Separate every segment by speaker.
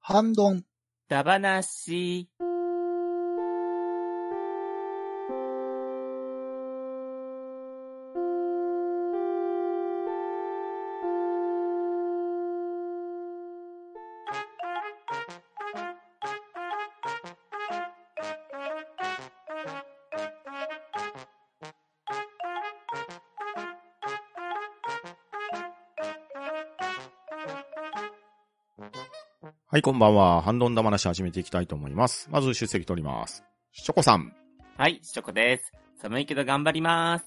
Speaker 1: 反論
Speaker 2: だばなし
Speaker 3: はい、こんばんは。ハンドンダ話始めていきたいと思います。まず出席取ります。しょこさん、
Speaker 2: はい、しょこです。寒いけど頑張ります。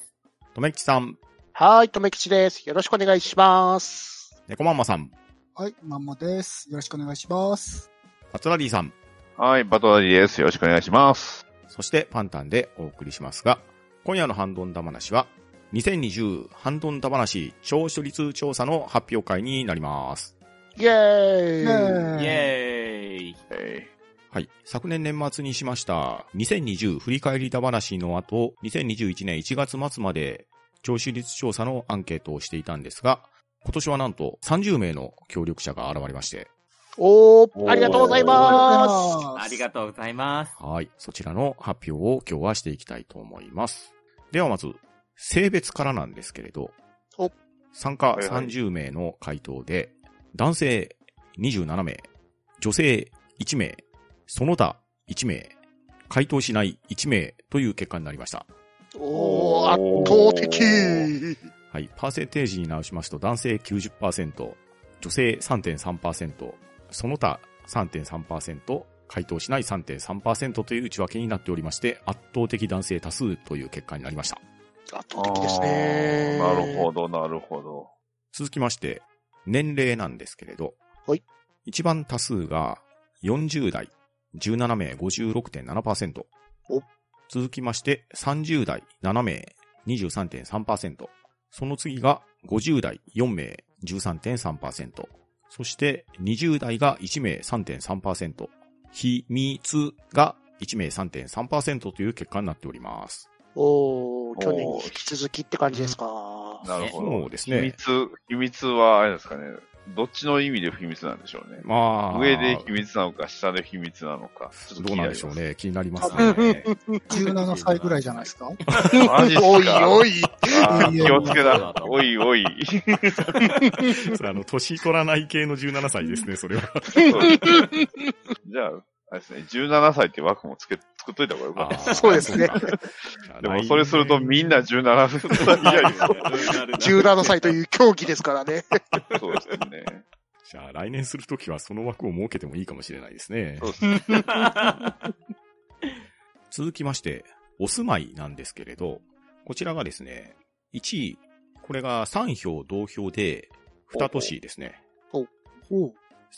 Speaker 3: とめきちさん、
Speaker 4: はい、とめきちです。よろしくお願いします。
Speaker 3: ねこまんまさん、
Speaker 1: はい、まんまです。よろしくお願いします。
Speaker 3: パツラリーさん、
Speaker 5: はい、バトダディです。よろしくお願いします。
Speaker 3: そしてパンタンでお送りしますが、今夜のハンドンダ話は、2020ハンドンダ話聴取率調査の発表会になります。
Speaker 4: イェーイ
Speaker 2: イエーイ。
Speaker 5: え
Speaker 3: はい。昨年年末にしました、2020振り返りだ話の後、2021年1月末まで、聴取率調査のアンケートをしていたんですが、今年はなんと30名の協力者が現れまして、
Speaker 4: お
Speaker 5: お
Speaker 4: ー、
Speaker 5: ー
Speaker 4: ありがとうございます。
Speaker 2: ありがとうございます。
Speaker 3: はい。そちらの発表を今日はしていきたいと思います。ではまず、性別からなんですけれど
Speaker 4: お、
Speaker 3: 参加
Speaker 5: はいはい
Speaker 3: 30名の回答で、男性27名、女性1名、その他1名、回答しない1名という結果になりました。
Speaker 4: おー、圧倒的。
Speaker 3: はい。パーセンテージに直しますと、男性90%、女性3.3%、その他3.3%、回答しない3.3%という内訳になっておりまして、圧倒的男性多数という結果になりました。
Speaker 4: 圧
Speaker 5: ー
Speaker 4: 倒的ですね。
Speaker 5: あーなるほど、なるほど。
Speaker 3: 続きまして、年齢なんですけれど、
Speaker 4: はい。
Speaker 3: 一番多数が40代、17名56.7%。
Speaker 4: お
Speaker 3: 続きまして、30代7名23.3%。その次が50代4名13.3%。そして20代が1名3.3%。秘密が1名3.3%という結果になっております。
Speaker 4: おー、去年に引き続きって感じですか。
Speaker 5: なるほど。
Speaker 3: そうですね
Speaker 5: 秘密、秘密は、あれですかね。どっちの意味で秘密なんでしょうね。
Speaker 3: まあ、
Speaker 5: 上で秘密なのか、下で秘密なのか。ちょっと
Speaker 3: どうなんでしょうね。気になります
Speaker 1: 多
Speaker 3: ね。
Speaker 1: 17歳ぐらいじゃないですか。
Speaker 5: 気になります。マ
Speaker 4: お
Speaker 5: ジっ
Speaker 4: い
Speaker 5: すか
Speaker 4: おい。
Speaker 5: あー気をつけ
Speaker 2: そうだ
Speaker 5: だ
Speaker 2: と。
Speaker 5: おいおい。
Speaker 3: それあの、年取らない系の17歳ですね、それは。
Speaker 5: じゃあ、あれですね。17歳って枠もつけ、作っといた方がよかった。
Speaker 4: そうですね。
Speaker 5: でも、それするとみんな17歳。いやいや、
Speaker 4: 17歳という競技ですからね。
Speaker 5: そうですね。
Speaker 3: じゃあ、来年するときはその枠を設けてもいいかもしれないですね
Speaker 5: そ。うですね。
Speaker 3: 続きまして、お住まいなんですけれど、こちらがですね、1位、これが3票同票で、2都市ですね。
Speaker 1: おう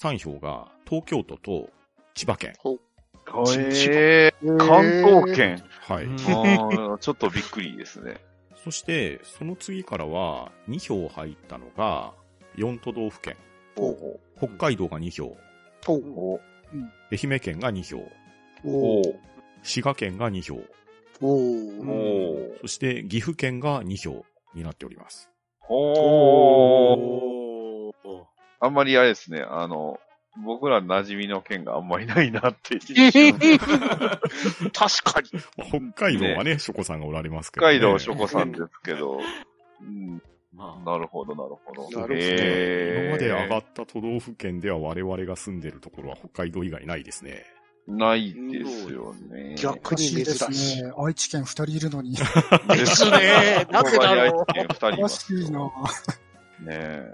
Speaker 3: 3票が東京都と千葉県。
Speaker 5: これ、 関東圏。
Speaker 3: はい。
Speaker 2: うん
Speaker 5: あーちょっとびっくりですね。
Speaker 3: そして、その次からは2票入ったのが4都道府県。
Speaker 4: お
Speaker 3: 北海道が2票、
Speaker 4: お
Speaker 5: お
Speaker 3: 愛媛県が2票、
Speaker 4: お
Speaker 5: ー
Speaker 3: 滋賀県が2票、
Speaker 4: お
Speaker 5: お
Speaker 3: そして岐阜県が2票になっております。
Speaker 5: お
Speaker 2: おー
Speaker 5: あんまりあれですね、あの、僕ら馴染みの県があんまりないなっていう。
Speaker 4: 確かに。
Speaker 3: まあ北海道はね、ショコさんがおられますけ
Speaker 5: 北
Speaker 3: ど、ね。
Speaker 5: 海道しょこさんですけど、うん、
Speaker 2: まあ、
Speaker 5: なるほど、なるほど。
Speaker 4: なるほど
Speaker 5: へー
Speaker 3: 今まで上がった都道府県では我々が住んでるところは北海道以外ないですね。
Speaker 5: ないですよね。
Speaker 4: 逆に
Speaker 1: い
Speaker 4: 珍
Speaker 1: です
Speaker 4: しい。
Speaker 1: ね。愛知県二人いるのに。
Speaker 4: ですね。なぜだろう。
Speaker 5: う。二人い
Speaker 1: おか
Speaker 5: ま
Speaker 1: し
Speaker 5: すよ
Speaker 1: いな
Speaker 5: ね。え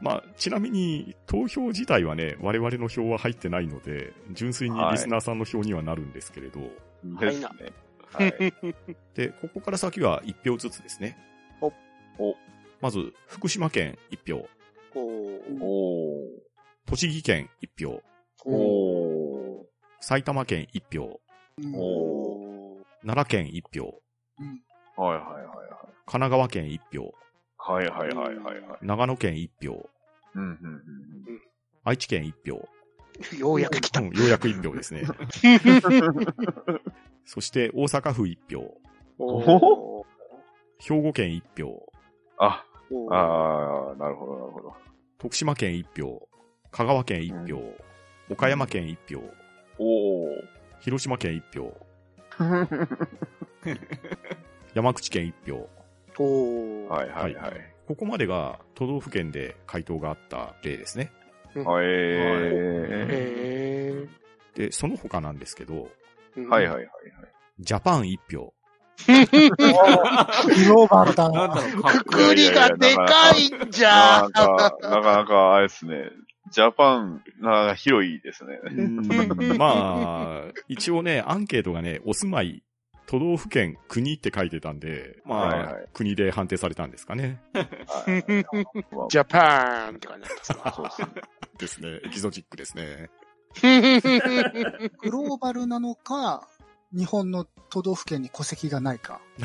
Speaker 3: まあ、ちなみに、投票自体はね、我々の票は入ってないので、純粋にリスナーさんの票にはなるんですけれど、
Speaker 5: ですね。はい。
Speaker 3: で、ここから先は1票ずつですね。
Speaker 4: お
Speaker 5: お
Speaker 3: まず、福島県1票、
Speaker 4: おー
Speaker 5: おー
Speaker 3: 栃木県1票、
Speaker 5: お
Speaker 3: 埼玉県1票、
Speaker 1: うん
Speaker 5: ーお
Speaker 3: 奈良県1票、
Speaker 1: うん
Speaker 5: ーはいはい
Speaker 3: 神奈川県1票、
Speaker 5: はいはい。はいはいはいはいはい。
Speaker 3: 長野県1票、
Speaker 5: うんうんうんうん
Speaker 3: 愛知県1票、
Speaker 4: ようやく来た
Speaker 3: うん。ようやく1票です ね。そして、大阪府1票、
Speaker 5: お
Speaker 3: 兵庫県1票、
Speaker 5: あ、
Speaker 4: おー
Speaker 5: ああ、なるほど、なるほど。
Speaker 3: 徳島県1票、香川県1票、岡山県1票、
Speaker 5: おー。
Speaker 3: 広島県1票、 山口県1票、
Speaker 4: おー。
Speaker 5: はいはいはい。
Speaker 3: ここまでが都道府県で回答があった例ですね。
Speaker 5: はい。
Speaker 2: い
Speaker 5: え
Speaker 4: へ
Speaker 3: で、その他なんですけど、
Speaker 4: ー。
Speaker 5: ーはい
Speaker 4: い。
Speaker 5: はいはい。
Speaker 3: ジャパン1票、
Speaker 1: グローバルだ
Speaker 2: なん
Speaker 1: な。
Speaker 2: だろう、かっ
Speaker 4: くくりがでかいんじゃ
Speaker 5: なかなか、なかなかあれですね。ジャパン、なかなか広いですね。
Speaker 3: うんまあ、一応ね、アンケートがね、お住まい、都道府県、国って書いてたんで、まあ、
Speaker 5: はいはい
Speaker 3: 国で判定されたんですかね。
Speaker 5: はい まあ
Speaker 4: ジャパンって感じだった
Speaker 5: そうっすね
Speaker 3: ですね。エキゾチックですね。
Speaker 1: グローバルなのか、日本の都道府県に戸籍がないか。
Speaker 5: あ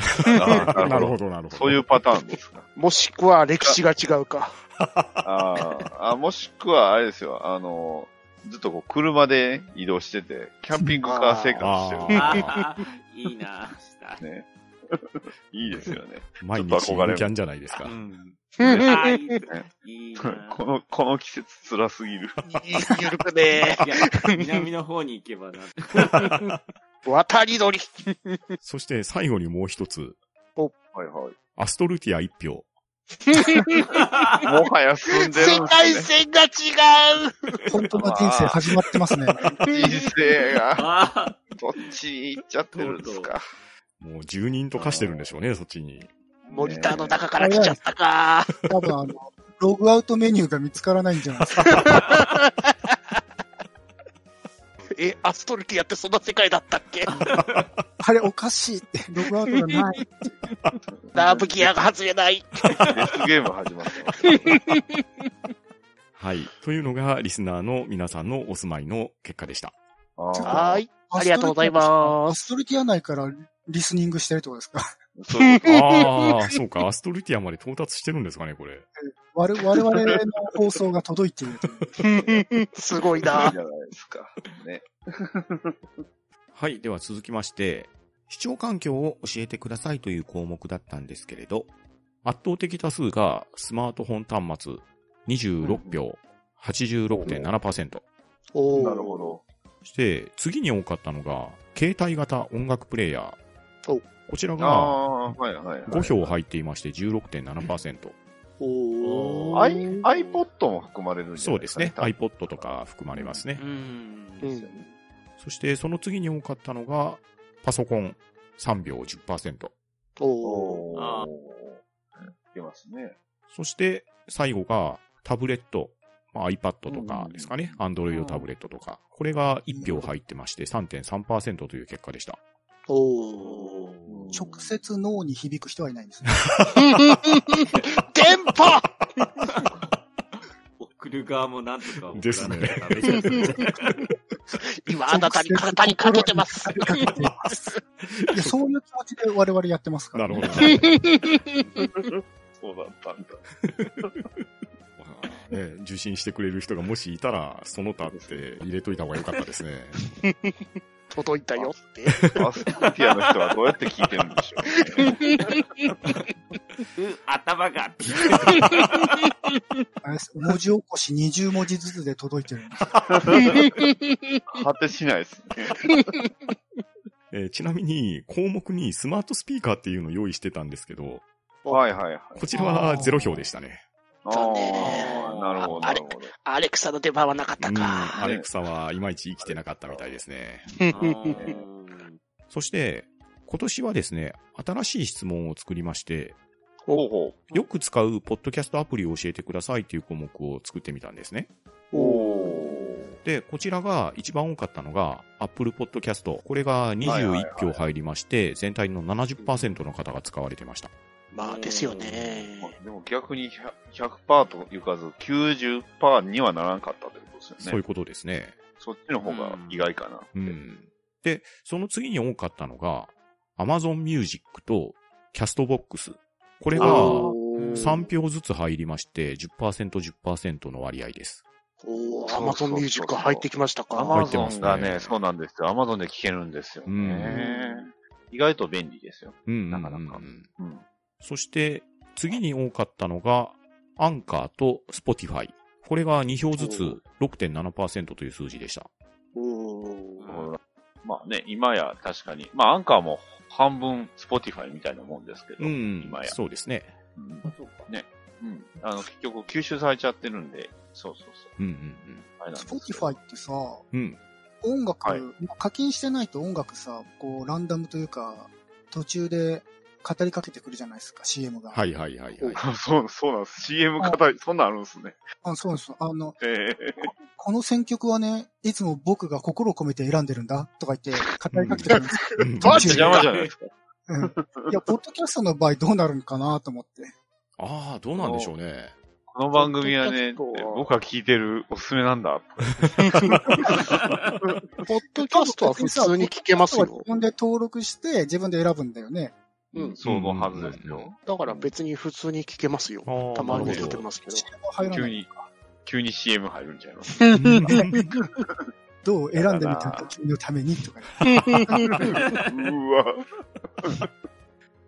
Speaker 5: ー
Speaker 3: なるほ。ど、なるほど。
Speaker 5: そういうパターンですか。
Speaker 4: もしくは歴史が違うか。
Speaker 5: あーあ、もしくはあれですよ。あの、ずっとこう車で移動してて、キャンピングカー生活してる。
Speaker 2: ああ、いいなした。
Speaker 5: ね。 いいですよね。
Speaker 3: 毎日、
Speaker 5: ちょっと憧れる
Speaker 3: キャンじゃないです
Speaker 2: う
Speaker 3: か。
Speaker 2: ん。ああ、
Speaker 4: ゆ
Speaker 2: いいいいな
Speaker 5: この、この季節辛すぎる。
Speaker 4: るくね
Speaker 2: いや、南の方に行けばな。
Speaker 4: ー。渡り 鳥。
Speaker 3: そして、最後にもう一つ、
Speaker 5: はいは
Speaker 3: アストルティア1票、
Speaker 5: い。もはや住んでる
Speaker 4: 世
Speaker 5: ん
Speaker 4: 界
Speaker 5: です、
Speaker 4: 線
Speaker 5: ね。
Speaker 4: が違う。
Speaker 1: 本当の人生始まってますね。
Speaker 5: 人生が、
Speaker 2: ああ。
Speaker 5: どっち行っちゃってるんですか。
Speaker 3: もう住人と化してるんでしょうね、そっちに。
Speaker 4: モニターの中から来ちゃったか。
Speaker 1: 多分あの、ログアウトメニューが見つからないんじゃないですか。
Speaker 4: え、アストルティアってそんな世界だったっけ
Speaker 1: あれおかしいって、ログアウトがない。
Speaker 4: ラブギアが外れない。
Speaker 5: デスゲーム始まってます。
Speaker 3: はい。というのが、リスナーの皆さんのお住まいの結果で した。
Speaker 5: あ
Speaker 4: は
Speaker 5: あ
Speaker 4: ーい。 ありがとうございま
Speaker 1: アストルティア内からリスニングしてるってことですか。
Speaker 5: そういうこと
Speaker 3: ああ、そうか、アストルティアまで到達してるんですかね、これ。
Speaker 1: 我々我々の放送が届いているという。
Speaker 4: す。すごい
Speaker 5: いい
Speaker 4: な
Speaker 5: じ。ゃないですか。ね。
Speaker 3: はい。では続きまして、視聴環境を教えてくださいという項目だったんですけれど、圧倒的多数がスマートフォン端末26票、86.7%。
Speaker 4: お
Speaker 5: なる
Speaker 4: ー
Speaker 5: ほど。
Speaker 3: そして、次に多かったのが、携帯型音楽プレイヤ
Speaker 4: お
Speaker 3: ー。こちら
Speaker 5: あ
Speaker 3: が
Speaker 5: あ、はいはい、はい。
Speaker 3: 5票入っていまして16.7%。
Speaker 4: おー。
Speaker 5: アイ iPod も含まれるんじゃ
Speaker 3: そ
Speaker 5: な
Speaker 3: う
Speaker 5: いで
Speaker 3: ですす
Speaker 5: か、
Speaker 3: ね。
Speaker 5: 多分
Speaker 3: iPod とか含まれますね
Speaker 2: う。ん。
Speaker 4: うん
Speaker 3: そして、その次に多かったのが、パソコン3秒10%。
Speaker 4: おー。
Speaker 5: お
Speaker 2: あ
Speaker 5: ー。いけますね。
Speaker 3: そして、最後が、タブレット。まあ、iPad とかですかね。Android タブレットとか。これが1票入ってまして、3.3%という結果でした。
Speaker 4: おー。
Speaker 1: 直接脳に響く人はいないんですね。
Speaker 4: 電波
Speaker 2: 送る側もなんとか送らなきゃ
Speaker 3: ですね
Speaker 2: ダメじゃないですか。
Speaker 4: 今 あなたに語りかけてます。
Speaker 1: いやそういう気持ちで我々やってますから、ね。
Speaker 3: なるほど
Speaker 5: そうだったんだ。
Speaker 3: ね、受信してくれる人がもしいたら、その他って入れといた方が良かったですね。
Speaker 4: 届いたよって。
Speaker 5: アスティアの人はどうやって聞いてるんでしょう、ね。
Speaker 2: う、頭がって。
Speaker 1: あれです文字起こし20文字ずつで届いてるんです。
Speaker 5: 果てしないですね。
Speaker 3: えーちなみに、項目にスマートスピーカーっていうのを用意してたんですけど、
Speaker 5: はいはいはい。
Speaker 3: こちらは0票でしたね。
Speaker 5: あ
Speaker 4: だ
Speaker 5: あ
Speaker 4: ね、
Speaker 5: なるほど、な
Speaker 4: あれ
Speaker 5: るほど。
Speaker 4: アレクサの出番はなかっ
Speaker 3: う
Speaker 4: た
Speaker 3: ん、
Speaker 4: か。
Speaker 3: アレクサはいまいち生きてなかったみたいですね。そして、今年はですね、新しい質問を作りまして、
Speaker 5: ほうほ
Speaker 3: よく使うポッドキャストアプリを教えてくださいという項目を作ってみたんですね。
Speaker 5: う。お
Speaker 3: で、こちらが一番多かったのが Apple Podcast。これが
Speaker 5: はいはい
Speaker 3: 21票入りまして、全体の70%の方が使われてました。
Speaker 4: まあですよ
Speaker 5: ー
Speaker 4: ね。
Speaker 5: まあでも逆に100 100%といかず90%にはならんかったということです
Speaker 3: そう
Speaker 5: よ
Speaker 3: い
Speaker 5: ね
Speaker 3: う。ことですね。
Speaker 5: そっちの方が意外かな。
Speaker 3: うん。で、その次に多かったのが Amazon Music と Castbox。これが
Speaker 4: お
Speaker 3: 3票ずつ入りまして、10%、10%の割合です。
Speaker 4: おー、ア
Speaker 5: そう
Speaker 4: マ
Speaker 5: そ
Speaker 4: ゾ
Speaker 5: うそう
Speaker 4: ンミュージック入ってきました
Speaker 5: ア
Speaker 4: か
Speaker 3: 入
Speaker 5: マ
Speaker 3: って
Speaker 5: ゾ
Speaker 3: ます
Speaker 5: ン
Speaker 3: ね
Speaker 5: がね、そうなんですよ。アマゾンで聞けるんですよ
Speaker 3: う
Speaker 5: ね
Speaker 3: ん。
Speaker 5: 意外と便利ですよ。
Speaker 3: うんうんうん。
Speaker 5: なかなかそ
Speaker 3: そして、次に多かったのが、アンカーとスポティファイ。これが2票ずつ6.7%という数字でした。
Speaker 4: うん。
Speaker 5: まあね、今や確かに。まあ、アンカーも半分、スポティファイみたいなもんですけど、
Speaker 3: うん
Speaker 5: 今、や。
Speaker 3: そうですね。
Speaker 5: うんね。うん。あの、結局吸収されちゃってるんで、そうそうそう。
Speaker 3: うん
Speaker 5: あれなん
Speaker 1: ス
Speaker 5: で
Speaker 1: ポ
Speaker 5: す
Speaker 1: ティ
Speaker 5: け
Speaker 1: フ
Speaker 5: ど
Speaker 1: ァイってさ、
Speaker 3: うんうん。うん。
Speaker 1: 音楽、
Speaker 5: はい
Speaker 1: 課金してないと音楽さ、こう、ランダムというか、途中で語りかけてくるじゃないですか、CM が。。
Speaker 3: はいいはいはいはい。
Speaker 5: そう、そうなんです。CM 型、そんなんあるんですね。
Speaker 1: あそうです。あの、
Speaker 5: ええ
Speaker 1: この選曲はね、いつも僕が心を込めて選んでるんだとか言って語りかけてくるんですよ。
Speaker 3: うん
Speaker 5: マジ邪魔じゃないですか。
Speaker 1: うんいや、ポッドキャストの場合どうなるのかなと思って。
Speaker 3: ああ、どうなんでしょうね。
Speaker 5: この番組はね、
Speaker 4: ポッドキャストは
Speaker 5: 僕が聞いてるおすすめなんだ。
Speaker 4: ポッドキャストは普通に聞けます
Speaker 1: ポッド
Speaker 4: よ
Speaker 1: キャス。トは自分で登録して自分で選ぶんだよね。
Speaker 4: うん。
Speaker 5: そうのはずです
Speaker 3: うんうん
Speaker 5: よ。
Speaker 4: だから別に普通に聞けますよ。
Speaker 3: ああ
Speaker 4: たまに
Speaker 5: な
Speaker 4: 聞
Speaker 5: るほ
Speaker 4: いて
Speaker 5: ど
Speaker 4: ますけど。
Speaker 1: CM は入らな
Speaker 5: 急
Speaker 1: い。
Speaker 5: に、急に CM 入るんちゃいます。
Speaker 1: どう選んでみたんだ、君のためにとか言って。
Speaker 5: うーわ。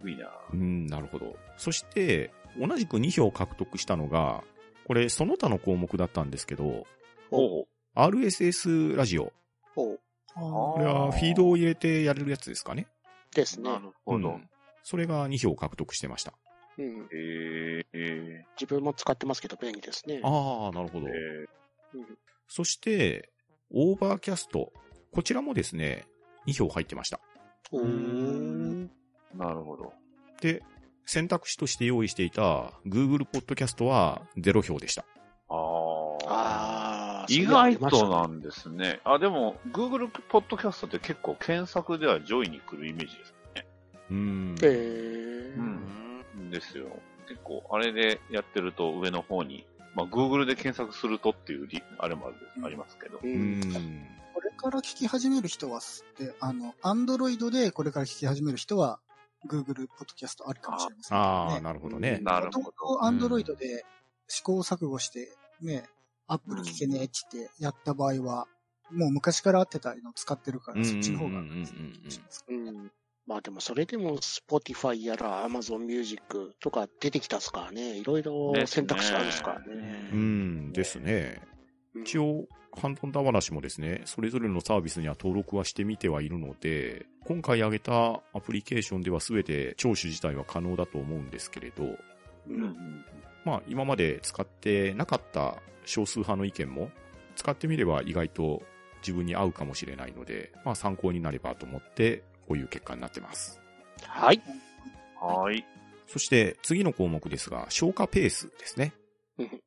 Speaker 5: ういな。
Speaker 3: うん、なるほど。そして、同じく2票獲得したのが、これ、その他の項目だったんですけど、
Speaker 5: おう。
Speaker 3: RSS ラジオ。
Speaker 4: ほう
Speaker 1: あ
Speaker 3: これはフィードを入れてやれるやつですかね。
Speaker 4: ですね
Speaker 5: な。るほ
Speaker 3: う
Speaker 5: ど
Speaker 3: ん。それが2票獲得してました。
Speaker 4: うん。
Speaker 5: えええ
Speaker 4: 自分も使ってますけど便利ですね。
Speaker 3: ああ、なるほど
Speaker 5: え。え
Speaker 3: そして、オーバーキャスト。こちらもですね、2票入ってました。
Speaker 4: おー
Speaker 5: えなるほど。
Speaker 3: で、選択肢として用意していた Google ポッドキャストは0票でした。
Speaker 5: ああ。
Speaker 4: ああ。
Speaker 5: 意外
Speaker 4: そ
Speaker 5: と
Speaker 4: うやりました
Speaker 5: な
Speaker 4: ね。
Speaker 5: んですね。あ、でも、Google ポッドキャストって結構検索では上位に来るイメージです。
Speaker 3: うーん。
Speaker 4: えー
Speaker 5: う。ん。ですよ。結構、あれでやってると上の方に、まあ、Google で検索するとっていうリ、あれもあるありますけど。
Speaker 4: う
Speaker 3: うー
Speaker 4: ん。
Speaker 3: ん。
Speaker 1: これから聞き始める人は、で、あの、アンドロイドでこれから聞き始める人は、Google ポッドキャストあるかもしれません、
Speaker 3: ああ、
Speaker 1: ね。
Speaker 3: なるほどね。
Speaker 5: なるほ
Speaker 1: も
Speaker 5: ど
Speaker 1: と。もとアンドロイドで試行錯誤して、ね、アップル聞けねえって言ってやった場合は、もう昔から合ってたの使ってるから、そっちの方が
Speaker 3: うんうんうんうんうん
Speaker 4: うん。まあでもそれでも Spotify やら Amazon Music とか出てきたっすからね。いろいろ選択肢あるっすから
Speaker 3: うー
Speaker 4: ね。
Speaker 3: ん、ですね。
Speaker 4: うん
Speaker 3: 一応、ハンドンダ話もですね、それぞれのサービスには登録はしてみてはいるので、今回挙げたアプリケーションでは全て聴取自体は可能だと思うんですけれど、
Speaker 5: う
Speaker 4: うん
Speaker 5: ん。
Speaker 3: まあ今まで使ってなかった少数派の意見も使ってみれば意外と自分に合うかもしれないので、まあ参考になればと思ってこういう結果になってます。
Speaker 4: はい。
Speaker 5: はい。
Speaker 3: そして次の項目ですが、消化ペースですね
Speaker 4: うん。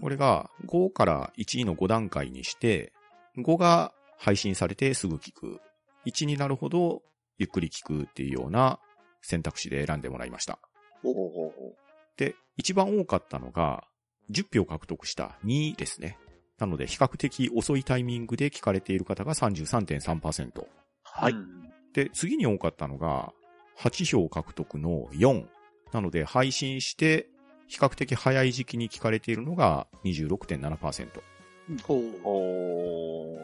Speaker 3: これが5から1位の5段階にして、5が配信されてすぐ聞く。1になるほどゆっくり聞くっていうような選択肢で選んでもらいました。
Speaker 5: ほうほうほ
Speaker 3: で、一番多かったのが、10票獲得した2ですね。なので、比較的遅いタイミングで聞かれている方が33.3%。
Speaker 5: う。
Speaker 4: はい。
Speaker 5: うん
Speaker 3: で、次に多かったのが、8票獲得の4。なので、配信して、比較的早い時期に聞かれているのが26.7%。
Speaker 4: ほう。
Speaker 5: おー。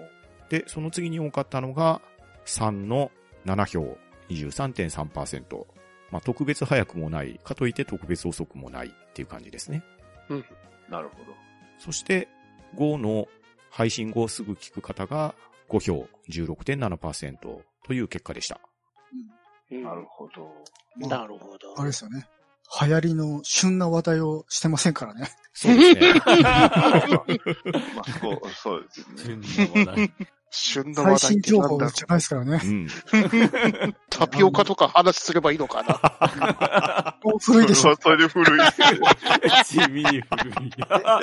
Speaker 3: で、その次に多かったのが、3の7票、23.3%。まあ、特別早くもない、かといって特別遅くもないっていう感じですね。
Speaker 5: なるほど。
Speaker 3: そして、5の配信後すぐ聞く方が5票、16.7%という結果でした。
Speaker 4: うん
Speaker 5: なるほど。
Speaker 1: うんまあ
Speaker 4: なるほど。
Speaker 1: あれですよね。流行りの旬な話題をしてませんからね。
Speaker 3: そうですね。
Speaker 5: まあ、そう、 そうですね。
Speaker 4: 旬の
Speaker 1: 最
Speaker 4: 話題
Speaker 1: 新
Speaker 4: って
Speaker 1: 情
Speaker 4: なん
Speaker 1: 報
Speaker 4: だろう
Speaker 1: じゃないですからね。
Speaker 3: うん。
Speaker 4: タピオカとか話すればいいのかな
Speaker 1: もう古いでし
Speaker 5: それ
Speaker 1: ょ
Speaker 5: は。それで古い。い
Speaker 2: 地味に古い。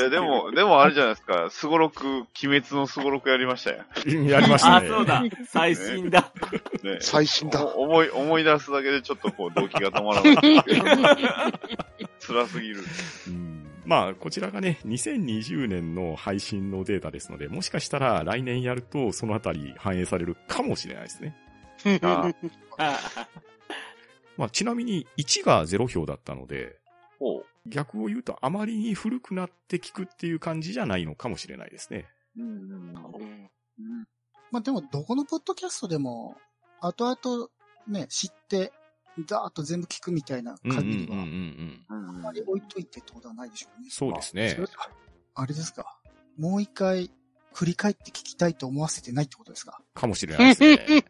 Speaker 5: や、でも、でもあれじゃないですか。すごろく、鬼滅のすごろくやりましたよ。
Speaker 3: やりました
Speaker 2: あ、
Speaker 3: ね。
Speaker 2: そうだ。最新だ。
Speaker 5: ね。
Speaker 4: 最新だ。
Speaker 5: お思い、思い出すだけでちょっとこう、動機が止まらないっていうか。 辛すぎる。
Speaker 3: うんまあ、こちらがね、2020年の配信のデータですので、もしかしたら来年やるとそのあたり反映されるかもしれないですね。
Speaker 5: あ
Speaker 3: まあ、ちなみに1が0票だったので、
Speaker 5: ほう。
Speaker 3: 逆を言うとあまりに古くなって聞くっていう感じじゃないのかもしれないですね。
Speaker 5: うん。
Speaker 4: うん
Speaker 1: まあでも、どこのポッドキャストでも、後々ね、知って、ざーっと全部聞くみたいな限りは、
Speaker 3: ん。
Speaker 1: あまり置いといてってことはないでしょうね。
Speaker 3: そうですね
Speaker 1: それ。あれですか。もう一回繰り返って聞きたいと思わせてないってことですか
Speaker 3: かもしれないですね。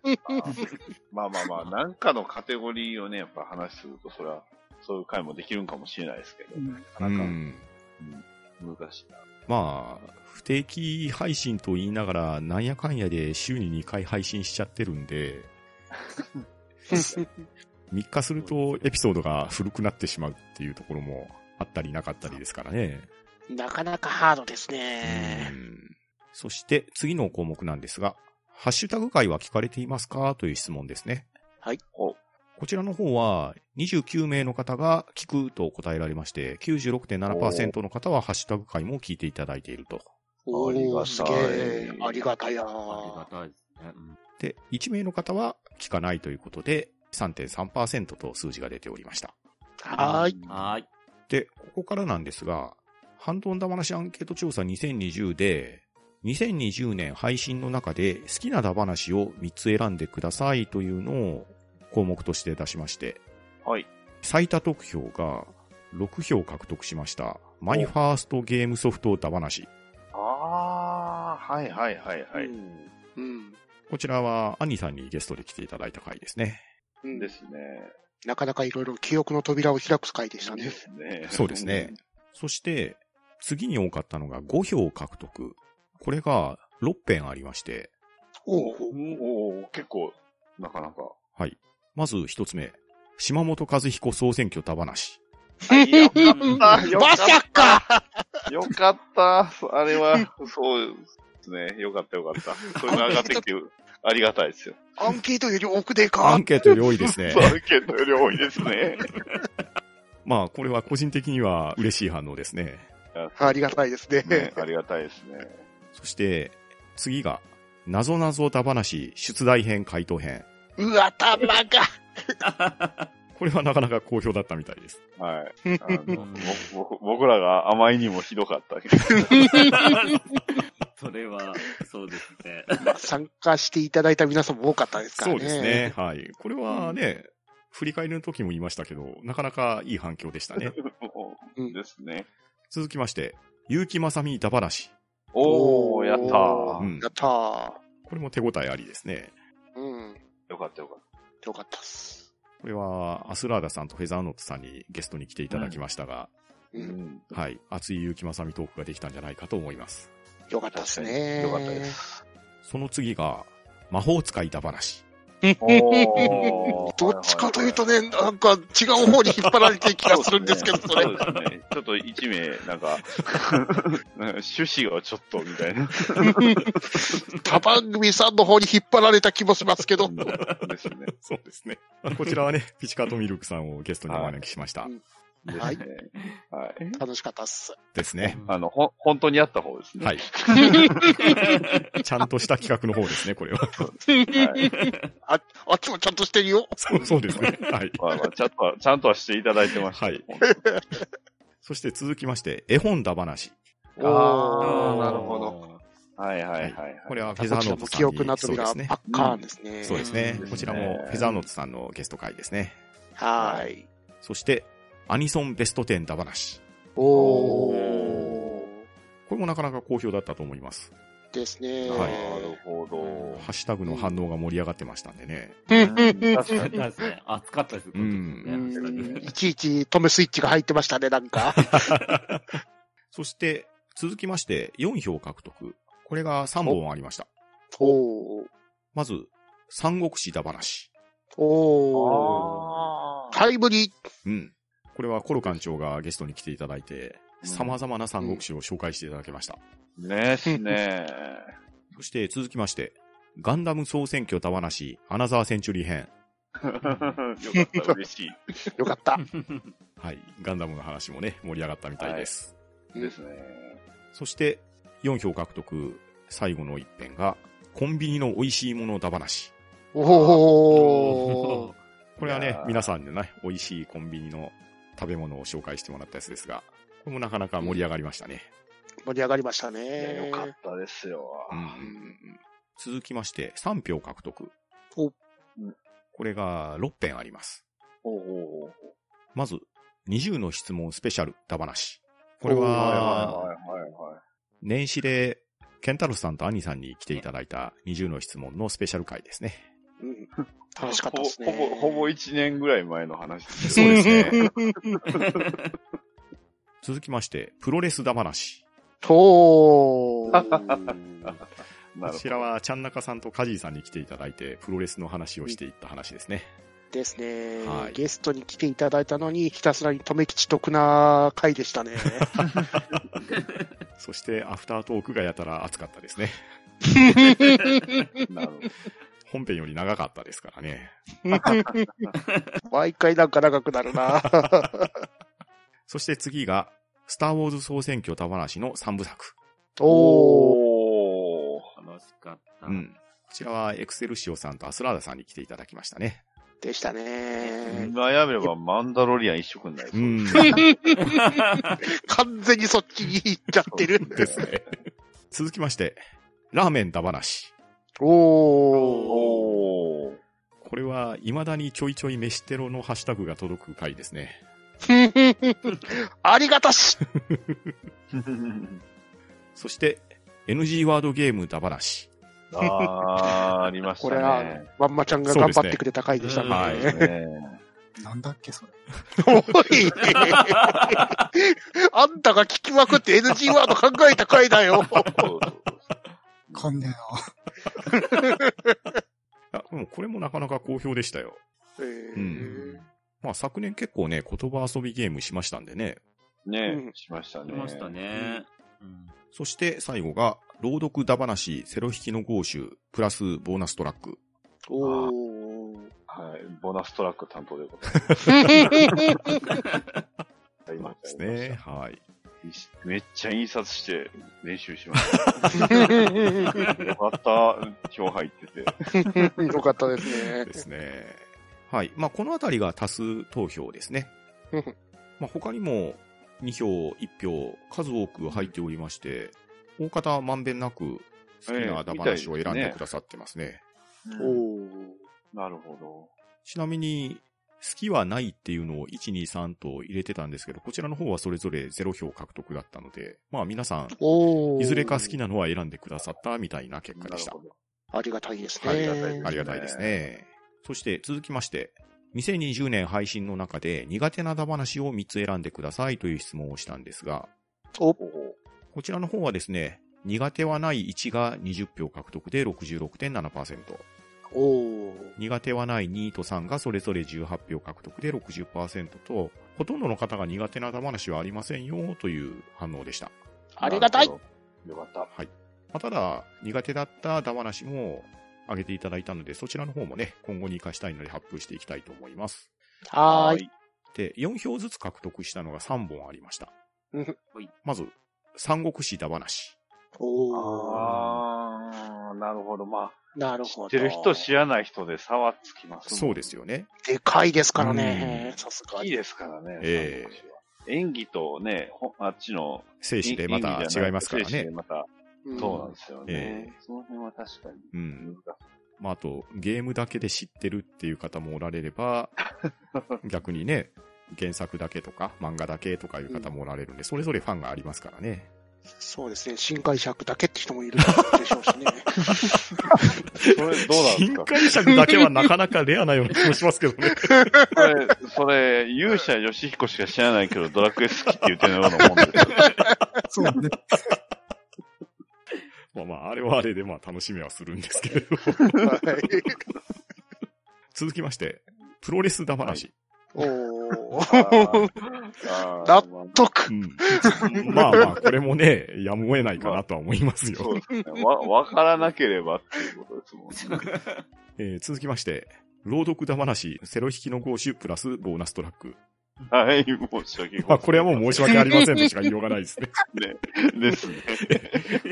Speaker 5: まあまあまあ、なんかのカテゴリーをね、やっぱ話すると、それは、そういう回もできるんかもしれないですけど、
Speaker 1: うん
Speaker 5: な
Speaker 3: う
Speaker 5: かなか
Speaker 3: ん。
Speaker 5: 難しいな。
Speaker 3: まあ、不定期配信と言いながら、なんやかんやで週に2回配信しちゃってるんで、3日するとエピソードが古くなってしまうっていうところもあったりなかったりですからね。
Speaker 4: なかなかハードです
Speaker 3: う
Speaker 4: ね。
Speaker 3: んそして次の項目なんですが、ハッシュタグ会は聞かれていますかという質問ですね。
Speaker 5: お
Speaker 3: こちらの方は29名の方が聞くと答えられまして、96.7%の方はハッシュタグ会も聞いていただいていると。
Speaker 4: お
Speaker 5: ありが
Speaker 4: ー、
Speaker 5: たい
Speaker 4: すげえ。ありがたや。
Speaker 2: ありがたいですね。うん
Speaker 3: で、1名の方は聞かないということで、3.3%と数字が出ておりました。
Speaker 4: はーい。
Speaker 2: はーい。
Speaker 3: で、ここからなんですが、ハンドンダ話アンケート調査2020で、2020年配信の中で好きなダ話を3つ選んでくださいというのを項目として出しまして、
Speaker 5: はい。
Speaker 3: 最多得票が6票獲得しました。マイファーストゲームソフトダ話。
Speaker 5: あー、はいはいはいはい。
Speaker 4: うん。
Speaker 3: こちらは、アニさんにゲストで来ていただいた回ですね。
Speaker 4: うん
Speaker 5: ですね。
Speaker 4: なかなかいろいろ記憶の扉を開く回でした
Speaker 5: で
Speaker 4: ね。
Speaker 5: すね。
Speaker 3: そうですね。そして、次に多かったのが5票獲得。これが6編ありまして、
Speaker 4: おうおう
Speaker 5: うん。おお結構、なかなか。
Speaker 3: はい。まず一つ目。島本和彦総選挙ダ話。
Speaker 5: よか
Speaker 2: った
Speaker 5: よ
Speaker 4: ま
Speaker 5: かった
Speaker 4: さか
Speaker 5: よかった。そあれは、そうですね。よかったよかった。それが上がって きて、ありがたいですよ。
Speaker 4: アンケートより奥で
Speaker 3: ア
Speaker 4: か
Speaker 3: ンケートより多い ですね
Speaker 5: そ。う、アンケートより多いで すね。
Speaker 3: まあ、これは個人的には嬉しい反応ですね。
Speaker 4: ありがたいです
Speaker 5: ね
Speaker 4: ね。
Speaker 5: ありがたいですね。
Speaker 3: そして、次が、謎謎ダ話出題編回答編。
Speaker 4: うわ、たまが
Speaker 3: これはなかなか好評だったみたいです。
Speaker 5: はい。 あのぼぼ僕らがあまりにもひどかったけど。
Speaker 2: それは、そうですね。
Speaker 4: 参加していただいた皆さんも多かったですから
Speaker 3: そ
Speaker 4: ね。
Speaker 3: うですね。。はい。これはね、振り返りの時も言いましたけど、なかなかいい反響でしたね。
Speaker 5: もう
Speaker 4: うん
Speaker 5: ですね。
Speaker 3: 続きまして、結城正美ダ話。
Speaker 5: おー、やった
Speaker 3: う
Speaker 5: ー。
Speaker 3: ん
Speaker 4: やったー。
Speaker 3: これも手応えありですね。
Speaker 4: うん。
Speaker 5: よかったよかっ
Speaker 4: よかったっす。
Speaker 3: これは、アスラーダさんとフェザーノットさんにゲストに来ていただきましたが、
Speaker 5: た。
Speaker 4: う。
Speaker 5: うんん。
Speaker 3: はい。熱い結城正美トークができたんじゃないかと思います。
Speaker 4: よかったっすね。
Speaker 5: よかったで。す。
Speaker 3: その次が、魔法使いダ話。
Speaker 5: おー
Speaker 4: どっちかというとね、なんか違う方に引っ張られてる気がするんですけど、それ
Speaker 5: そ。うですね。ちょっと一名、なんか、 趣旨がちょっとみたいな。
Speaker 4: 他番組さんの方に引っ張られた気もしますけど。
Speaker 5: ですね。
Speaker 3: そうですね。こちらはね、ピチカートミルクさんをゲストにお招きしました。
Speaker 4: はい
Speaker 5: ですね
Speaker 4: はい。
Speaker 5: はい。
Speaker 4: 楽しかったっす。
Speaker 3: ですね。
Speaker 5: あの、ほん、本当にあった方ですね。
Speaker 3: はい。ちゃんとした企画の方ですね、これは。
Speaker 5: はい。
Speaker 4: あ、あっちもちゃんとしてるよ。
Speaker 3: そうそうですね。はい。
Speaker 5: まあまあ、ちゃんとは、ちゃんとはしていただいてました。
Speaker 3: はい。そして続きまして、絵本だ話。
Speaker 5: あー
Speaker 2: ー
Speaker 5: なるほど。。はいはいはいはい。
Speaker 3: これはフ
Speaker 4: こ
Speaker 3: ェ
Speaker 4: ち
Speaker 3: ザ
Speaker 4: ら
Speaker 3: ーノート
Speaker 4: も
Speaker 3: さ
Speaker 4: 記
Speaker 3: んに
Speaker 4: 憶の
Speaker 3: そうで
Speaker 4: 扉
Speaker 3: す
Speaker 4: は
Speaker 3: ね
Speaker 4: パ。ッカーンですね。
Speaker 3: そうですね
Speaker 2: う。ん
Speaker 3: こちらもフェザーノートさんのゲスト会ですね。
Speaker 4: はーい。
Speaker 3: そして、アニソンベスト10だ話。
Speaker 4: お
Speaker 5: お
Speaker 4: ー。
Speaker 3: これもなかなか好評だったと思います。
Speaker 4: ですね。
Speaker 3: はい
Speaker 5: なるほど。
Speaker 3: ハッシュタグの反応が盛り上がってましたんでね。
Speaker 5: うん確か
Speaker 2: 確
Speaker 5: に。
Speaker 2: かにね。暑かったです。
Speaker 3: うん
Speaker 4: うんいちいち止めスイッチが入ってましたね、なん か。
Speaker 3: そして、続きまして、4票獲得。これが3本ありました。
Speaker 4: おー。
Speaker 3: まず、三国志だ話。
Speaker 4: おー。
Speaker 5: あー
Speaker 4: タイムリー。
Speaker 3: うん。これはコロ館長がゲストに来ていただいて、
Speaker 5: うん
Speaker 3: 様々な三国志を紹介していただきました。
Speaker 5: ですね。
Speaker 3: そして続きまして、ガンダム総選挙だ話、アナザーセンチュリー編。
Speaker 5: よかった、嬉し
Speaker 4: よかった。
Speaker 3: はい。ガンダムの話もね、盛り上がったみたいです。
Speaker 5: い。ですね。
Speaker 3: そして、4票獲得、最後の一編が、コンビニの美味しいものだ話。
Speaker 4: おー。
Speaker 3: これはね
Speaker 5: いや、ー
Speaker 3: 皆さんでね、美味しいコンビニの食べ物を紹介してもらったやつですが、これもなかなか盛り上がりましたね。
Speaker 4: 盛り上がりました
Speaker 5: いや
Speaker 4: ね。
Speaker 5: よかったですよ。
Speaker 3: うんうんうん続きまして、3票獲得。
Speaker 4: お
Speaker 5: うん
Speaker 3: これが6編あります。
Speaker 5: おお
Speaker 3: まず、20の質問スペシャル、だ話。これ
Speaker 5: はいは
Speaker 3: は、
Speaker 5: いはいはい。
Speaker 3: 年始で、ケンタロスさんとアニさんに来ていただいた20の質問のスペシャル回ですね。
Speaker 4: うん。楽しかったですね。
Speaker 5: ほほぼ、ほぼ1年ぐらい前の話です
Speaker 3: そうです ね。
Speaker 4: ね。
Speaker 3: 続きまして、プロレスだ話。
Speaker 4: と ー。
Speaker 5: な
Speaker 3: こ
Speaker 5: るほ
Speaker 3: ちらは、ちゃんなかさんとカジーさんに来ていただいて、プロレスの話をしていった話ですね。
Speaker 4: ですね、
Speaker 3: はい
Speaker 4: ゲストに来ていただいたのに、ひたすらに留吉得な回で したね。
Speaker 3: そして、アフタートークがやたら熱かったですね。
Speaker 5: ど。なるほど
Speaker 3: 本編より長かったですからね。
Speaker 4: 毎回なんか長くなるな。
Speaker 3: そして次が、スターウォーズ総選挙だ話の3部作。
Speaker 4: おー。
Speaker 5: おー。
Speaker 2: 楽しかった。
Speaker 3: うん。こちらは、エクセルシオさんとアスラーダさんに来ていただきましたね。
Speaker 4: でしたね。
Speaker 5: 今やめればマンダロリアン一色になりそうう。
Speaker 3: ん。
Speaker 4: 完全にそっちに行っちゃってる。
Speaker 3: ですね。続きまして、ラーメンだ話。
Speaker 4: おー。
Speaker 5: おー。
Speaker 3: これは、未だにちょいちょい飯テロのハッシュタグが届く回ですね。
Speaker 4: ありがたし
Speaker 3: そして、NG ワードゲームだ話。
Speaker 5: あー、ありました
Speaker 4: こ
Speaker 5: ね。
Speaker 4: れは、まんまちゃんが頑張ってくれた回でしたね。
Speaker 2: そうです
Speaker 5: ねえ
Speaker 1: なんだっけ、それ。
Speaker 4: おいあんたが聞きまくって NG ワード考えた回だよ。
Speaker 5: そうそう
Speaker 1: かんねえ
Speaker 3: あ、うん、これもなかなか好評でしたよ。
Speaker 4: えー
Speaker 3: まあ昨年結構ね、言葉遊びゲームしましたんでね。
Speaker 5: ね
Speaker 4: うん
Speaker 5: しました
Speaker 2: 来
Speaker 5: ね。
Speaker 2: ましたね。うん
Speaker 3: そして最後が、朗読だ話、セロ引きの合衆、プラスボーナストラック。
Speaker 4: おー
Speaker 5: はい。ボーナストラック担当でござい ます。
Speaker 3: そう
Speaker 5: 今
Speaker 3: ですね。。はい。
Speaker 5: めっちゃ印刷して練習しました。よかった。票入ってて。
Speaker 4: よかったですね
Speaker 3: で。すね。はい。まあこのあたりが多数投票です ね
Speaker 4: うん。
Speaker 3: まあ他にも2票、1票、数多く入っておりまして、大方はまんべんなく好きなだ話を選んでくださってますね。
Speaker 4: おー
Speaker 5: なるほ
Speaker 3: ちなみに、好きはないっていうのを1、2、3と入れてたんですけど、こちらの方はそれぞれ0票獲得だったので、まあ皆さ
Speaker 4: お
Speaker 3: ん、
Speaker 4: ー
Speaker 3: いずれか好きなのは選んでくださったみたいな結
Speaker 5: ど。
Speaker 3: 果でした。
Speaker 4: ありがたいですね。
Speaker 5: ありがたいです
Speaker 3: ありがたいですね。そして続きまして、2020年配信の中で苦手なだ話を3つ選んでくださいという質問をしたんですが、
Speaker 4: お
Speaker 5: おー
Speaker 3: こちらの方はですね、苦手はない1が20票獲得で66.7%、
Speaker 4: おー
Speaker 3: 苦手はない2と3がそれぞれ18票獲得で60%と、ほとんどの方が苦手なだ話はありませんよという反応でした。
Speaker 4: ありがたい
Speaker 5: なるほどよかっ
Speaker 3: まあ、ただ、苦手だっただ話も挙げていただいたので、そちらの方もね、今後に活かしたいので発表していきたいと思います。
Speaker 5: た。
Speaker 4: はーい。
Speaker 5: い。
Speaker 3: で、4票ずつ獲得したのが3本ありました
Speaker 4: うん。
Speaker 3: まず、三国志だ話。
Speaker 4: おー
Speaker 5: あー、なるほど。ま
Speaker 4: な
Speaker 5: あ、
Speaker 4: る
Speaker 5: 知
Speaker 4: ほど。
Speaker 5: ってる人知らない人で差はつきますもん
Speaker 3: そうですよね。
Speaker 4: でかいですからね
Speaker 3: う。ん
Speaker 4: さすが
Speaker 5: いい
Speaker 4: に。
Speaker 5: ですからね。
Speaker 3: ええ
Speaker 5: 三国志は演技とね、ほあっちの
Speaker 3: 生死でまた違いますから
Speaker 5: 精子で
Speaker 3: ね。
Speaker 5: また、
Speaker 4: うん
Speaker 5: そうなんですよ
Speaker 3: え
Speaker 5: ね。その辺は確かに
Speaker 3: うん。
Speaker 5: 難しい。
Speaker 3: まあ、あと、ゲームだけで知ってるっていう方もおられれ ば、逆にね、原作だけとか、漫画だけとかいう方もおられるんで、それぞれファンがありますからね。
Speaker 4: そうですね。新解釈だけって人もいるでしょうし ね。
Speaker 5: それどうなんですか
Speaker 3: 解釈だけはなかなかレアなような気もしますけどね。
Speaker 5: それ、それ、勇者ヨシヒコしか知らないけど、ドラクエ好きって言ってるようなもんですよね。
Speaker 1: な。そうね。
Speaker 3: まあまあ、あれはあれでまあ楽しみはするんですけれど。
Speaker 4: はい
Speaker 3: 続きまして、プロレスだ話。
Speaker 4: お
Speaker 5: あ
Speaker 4: ー。
Speaker 5: ーあー
Speaker 4: 納
Speaker 5: まあ
Speaker 4: 得。
Speaker 3: うんまあまあ、これもね、やむを得ないかなとは思いますよ。
Speaker 5: そうですね。わ、わからなければっていうことですもんね。
Speaker 3: えー続きまして、朗読だ話、セロ引きの合衆プラスボーナストラック。
Speaker 5: はい、申し訳ございませ ん。
Speaker 3: まあ、これはもう申し訳ありませんとしか言いようがないで すね。
Speaker 5: 訳ですね。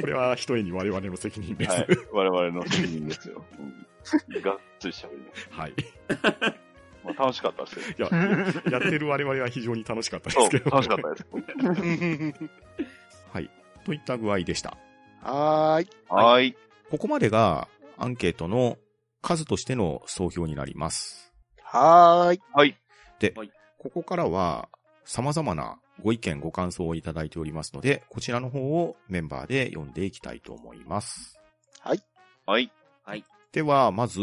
Speaker 3: これは一重に我々の責任です。
Speaker 5: は
Speaker 3: はいい。。
Speaker 5: 我々の責任ですよ。うん、がっつり喋ります。
Speaker 3: い、
Speaker 5: まあ、楽しかったですよ。
Speaker 3: や、やってる我々は非常に楽しかったで
Speaker 5: そ
Speaker 3: す
Speaker 5: う、
Speaker 3: けど。
Speaker 5: 楽しかったです。
Speaker 3: はい。 といった具合でした。
Speaker 4: はーい。
Speaker 5: はーい。
Speaker 3: ここまでがアンケートの数としての総評になります。
Speaker 4: はーい。
Speaker 5: はい。
Speaker 3: で
Speaker 2: はい、
Speaker 3: ここからは、様々なご意見、ご感想をいただいておりますので、こちらの方をメンバーで読んでいきたいと思います。
Speaker 5: はい。
Speaker 2: はい。
Speaker 3: では、まず、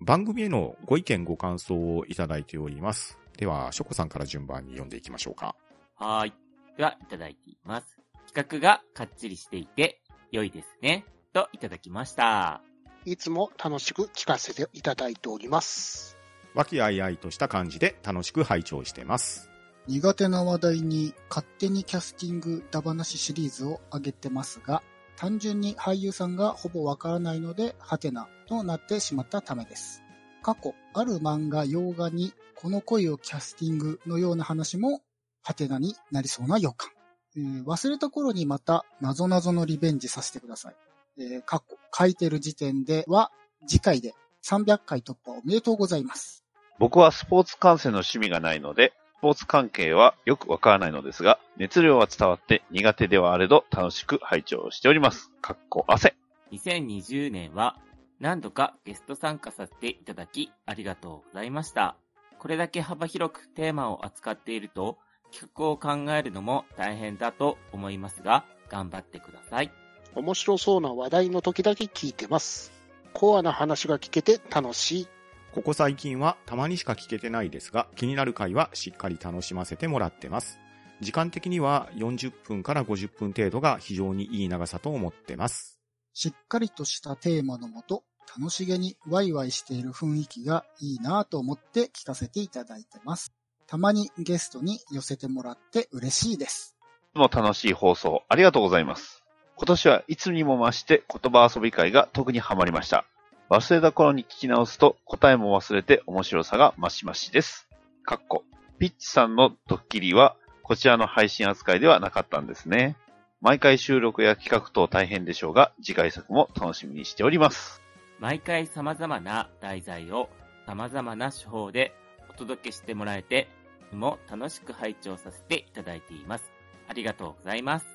Speaker 3: 番組へのご意見、ご感想をいただいております。では、ショコさんから順番に読んでいきましょうか。
Speaker 2: はーい。では、いただいています。企画がかっちりしていて、良いですね。と、いただきました。
Speaker 4: いつも楽しく聞かせていただいております。
Speaker 3: 和気あいあいとした感じで楽しく拝聴してます。
Speaker 1: 苦手な話題に勝手にキャスティングだ話シリーズを上げてますが、単純に俳優さんがほぼわからないので、ハテナとなってしまったためです。過去、ある漫画、洋画に、この恋をキャスティングのような話も、ハテナになりそうな予感。えー忘れた頃にまた、謎々のリベンジさせてください。えー過去、書いてる時点では、次回で300回突破おめでとうございます。
Speaker 5: 僕はスポーツ観戦の趣味がないので、スポーツ関係はよくわからないのですが、熱量は伝わって苦手ではあれど楽しく拝聴しております。かっこ汗。
Speaker 2: 2020年は何度かゲスト参加させていただきありがとうございました。これだけ幅広くテーマを扱っていると企画を考えるのも大変だと思いますが頑張ってください。
Speaker 4: 面白そうな話題の時だけ聞いてます。コアな話が聞けて楽しい。
Speaker 3: ここ最近はたまにしか聞けてないですが、気になる回はしっかり楽しませてもらってます。時間的には40分から50分程度が非常にいい長さと思ってます。
Speaker 1: しっかりとしたテーマのもと、楽しげにワイワイしている雰囲気がいいなぁと思って聞かせていただいてます。たまにゲストに寄せてもらって嬉しいです。
Speaker 5: いつも楽しい放送ありがとうございます。今年はいつにも増して言葉遊び会が特にハマりました。忘れた頃に聞き直すと答えも忘れて面白さが増し増しです。かっこ、ピッチさんのドッキリはこちらの配信扱いではなかったんですね。毎回収録や企画等大変でしょうが、次回作も楽しみにしております。
Speaker 2: 毎回様々な題材を様々な手法でお届けしてもらえてとても楽しく拝聴させていただいています。ありがとうございます。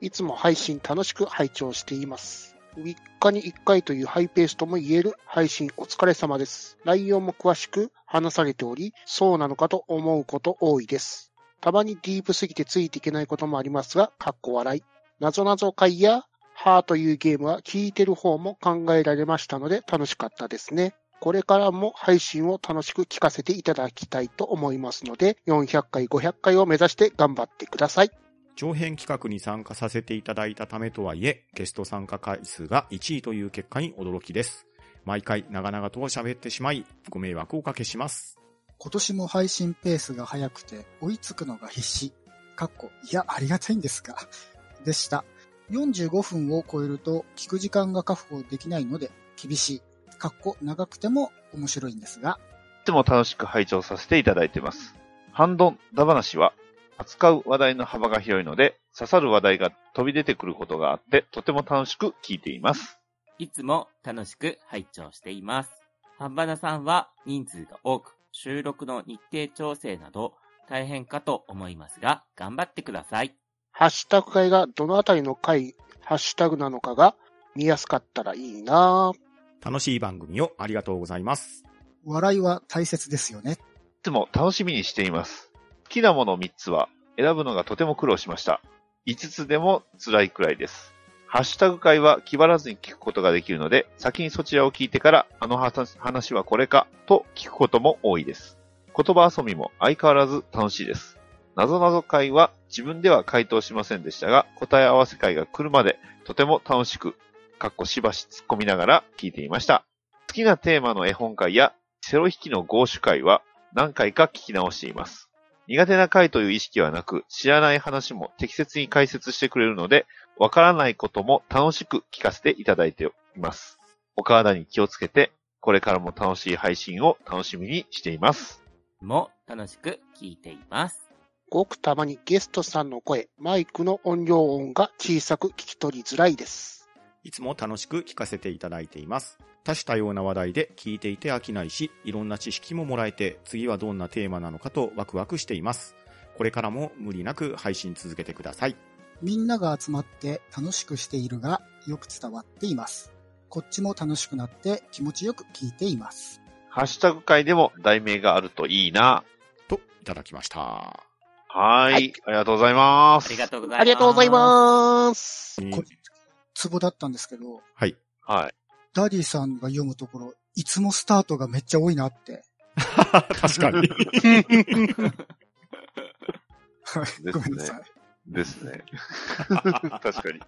Speaker 4: いつも配信楽しく拝聴しています。3日に1回というハイペースとも言える配信お疲れ様です。内容も詳しく話されており、そうなのかと思うこと多いです。たまにディープすぎてついていけないこともありますが、かっこ笑い。なぞなぞ会や、ハーというゲームは聞いてる方も考えられましたので楽しかったですね。これからも配信を楽しく聞かせていただきたいと思いますので、400回、500回を目指して頑張ってください。
Speaker 3: 長編企画に参加させていただいたためとはいえ、ゲスト参加回数が1位という結果に驚きです。毎回長々と喋ってしまい、ご迷惑をおかけします。
Speaker 1: 今年も配信ペースが早くて追いつくのが必死。かっこ、いや、ありがたいんですが。でした。45分を超えると聞く時間が確保できないので厳しい。かっこ長くても面白いんですが。
Speaker 5: いつも楽しく拝聴させていただいてます。ハンドンダ話は、扱う話題の幅が広いので、刺さる話題が飛び出てくることがあって、とても楽しく聞いています。
Speaker 2: いつも楽しく拝聴しています。ハンバナさんは人数が多く、収録の日程調整など大変かと思いますが、頑張ってください。
Speaker 4: ハッシュタグ会がどのあたりの回、ハッシュタグなのかが見やすかったらいいなぁ
Speaker 3: 楽しい番組をありがとうございます。
Speaker 1: 笑いは大切ですよね。
Speaker 5: いつも楽しみにしています。好きなもの3つは、選ぶのがとても苦労しました。5つでも辛いくらいです。ハッシュタグ会は気張らずに聞くことができるので、先にそちらを聞いてから、あの話話はこれか、と聞くことも多いです。言葉遊びも相変わらず楽しいです。なぞなぞ会は自分では回答しませんでしたが、答え合わせ会が来るまでとても楽しく、かっこしばし突っ込みながら聞いていました。好きなテーマの絵本会や、セロ引きの合手会は何回か聞き直しています。苦手な回という意識はなく、知らない話も適切に解説してくれるので、わからないことも楽しく聞かせていただいています。お体に気をつけて、これからも楽しい配信を楽しみにしています。
Speaker 2: も楽しく聞いています。
Speaker 4: ごくたまにゲストさんの声、マイクの音量音が小さく聞き取りづらいです。
Speaker 3: いつも楽しく聞かせていただいています。多種多様な話題で聞いていて飽きないし、いろんな知識ももらえて、次はどんなテーマなのかとワクワクしています。これからも無理なく配信続けてください。
Speaker 1: みんなが集まって楽しくしているがよく伝わっています。こっちも楽しくなって気持ちよく聞いています。
Speaker 5: ハッシュタグ会でも題名があるといいな。
Speaker 3: と、いただきました。
Speaker 5: はい,、
Speaker 4: はい
Speaker 5: ありがとうございます。
Speaker 2: ありがとうございます。
Speaker 4: ありがとうございます。
Speaker 3: えー
Speaker 1: これツボだったんですけど、
Speaker 3: はい。
Speaker 5: はい。
Speaker 1: ダディさんが読むところ、いつもスタートがめっちゃ多いなって。
Speaker 3: 確かに。
Speaker 1: はいごめんなさい。
Speaker 5: ですね。 確かに。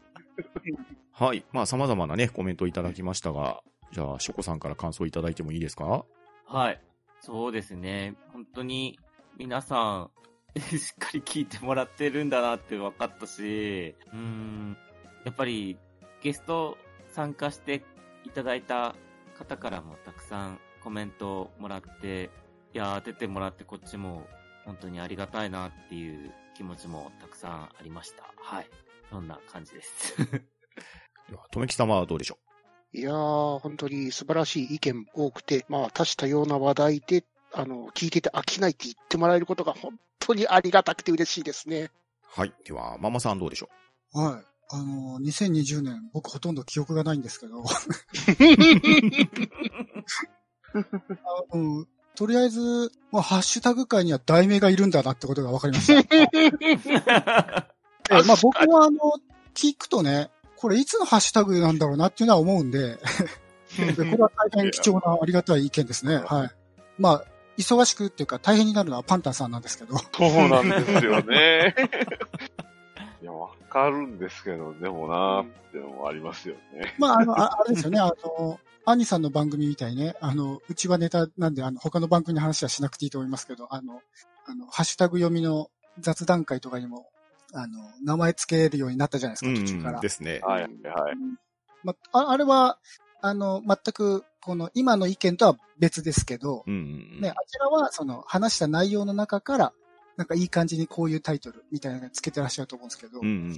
Speaker 3: はい。まあ、様々なね、コメントをいただきましたが、じゃあ、ショコさんから感想いただいてもいいですか
Speaker 2: はい。そうですね。本当に皆さん、 しっかり聞いてもらってるんだなって分かったし、うーん。やっぱりゲスト参加していただいた方からもたくさんコメントをもらって、いやー、出てもらってこっちも本当にありがたいなっていう気持ちもたくさんありました。はい。そんな感じです。
Speaker 3: では、とめきさんはどうでしょ
Speaker 4: いやー、本当に素晴らしい意見多くて、まあ、多種多様な話題で、あの、聞いてて飽きないって言ってもらえることが本当にありがたくて嬉しいですね。
Speaker 3: うはい。では、ママさんどうでしょ
Speaker 1: はい。あの、2020年、僕ほとんど記憶がないんですけど、あのとりあえず、もうハッシュタグ界には題名がいるんだなってことが分かりました。えまあ僕もあの、聞くとね、これいつのハッシュタグなんだろうなっていうのは思うんで、でこれは大変貴重なありがたい意見ですね。はい。まあ、忙しくっていうか大変になるのはパンタンさんなんですけど、
Speaker 5: そうなんですよ ね。いや、わかるんですけど、でもなーってのもありますよね。
Speaker 1: まあ、あの、ああれですよね、あの、アンニさんの番組みたいにね、あの、うちはネタなんで、あの、他の番組の話はしなくていいと思いますけど、あの、あの、ハッシュタグ読みの雑談会とかにも、あの、名前つけるようになったじゃないです
Speaker 3: う
Speaker 1: か、途中から。
Speaker 3: ですね。
Speaker 5: はい、はい。
Speaker 1: まあ、あれは、あの、全く、この、今の意見とは別ですけど、
Speaker 3: うんうんうん。
Speaker 1: ね、あちらは、その、話した内容の中から、なんかいい感じにこういうタイトルみたいなのつけてらっしゃると思うんですけど、
Speaker 3: うん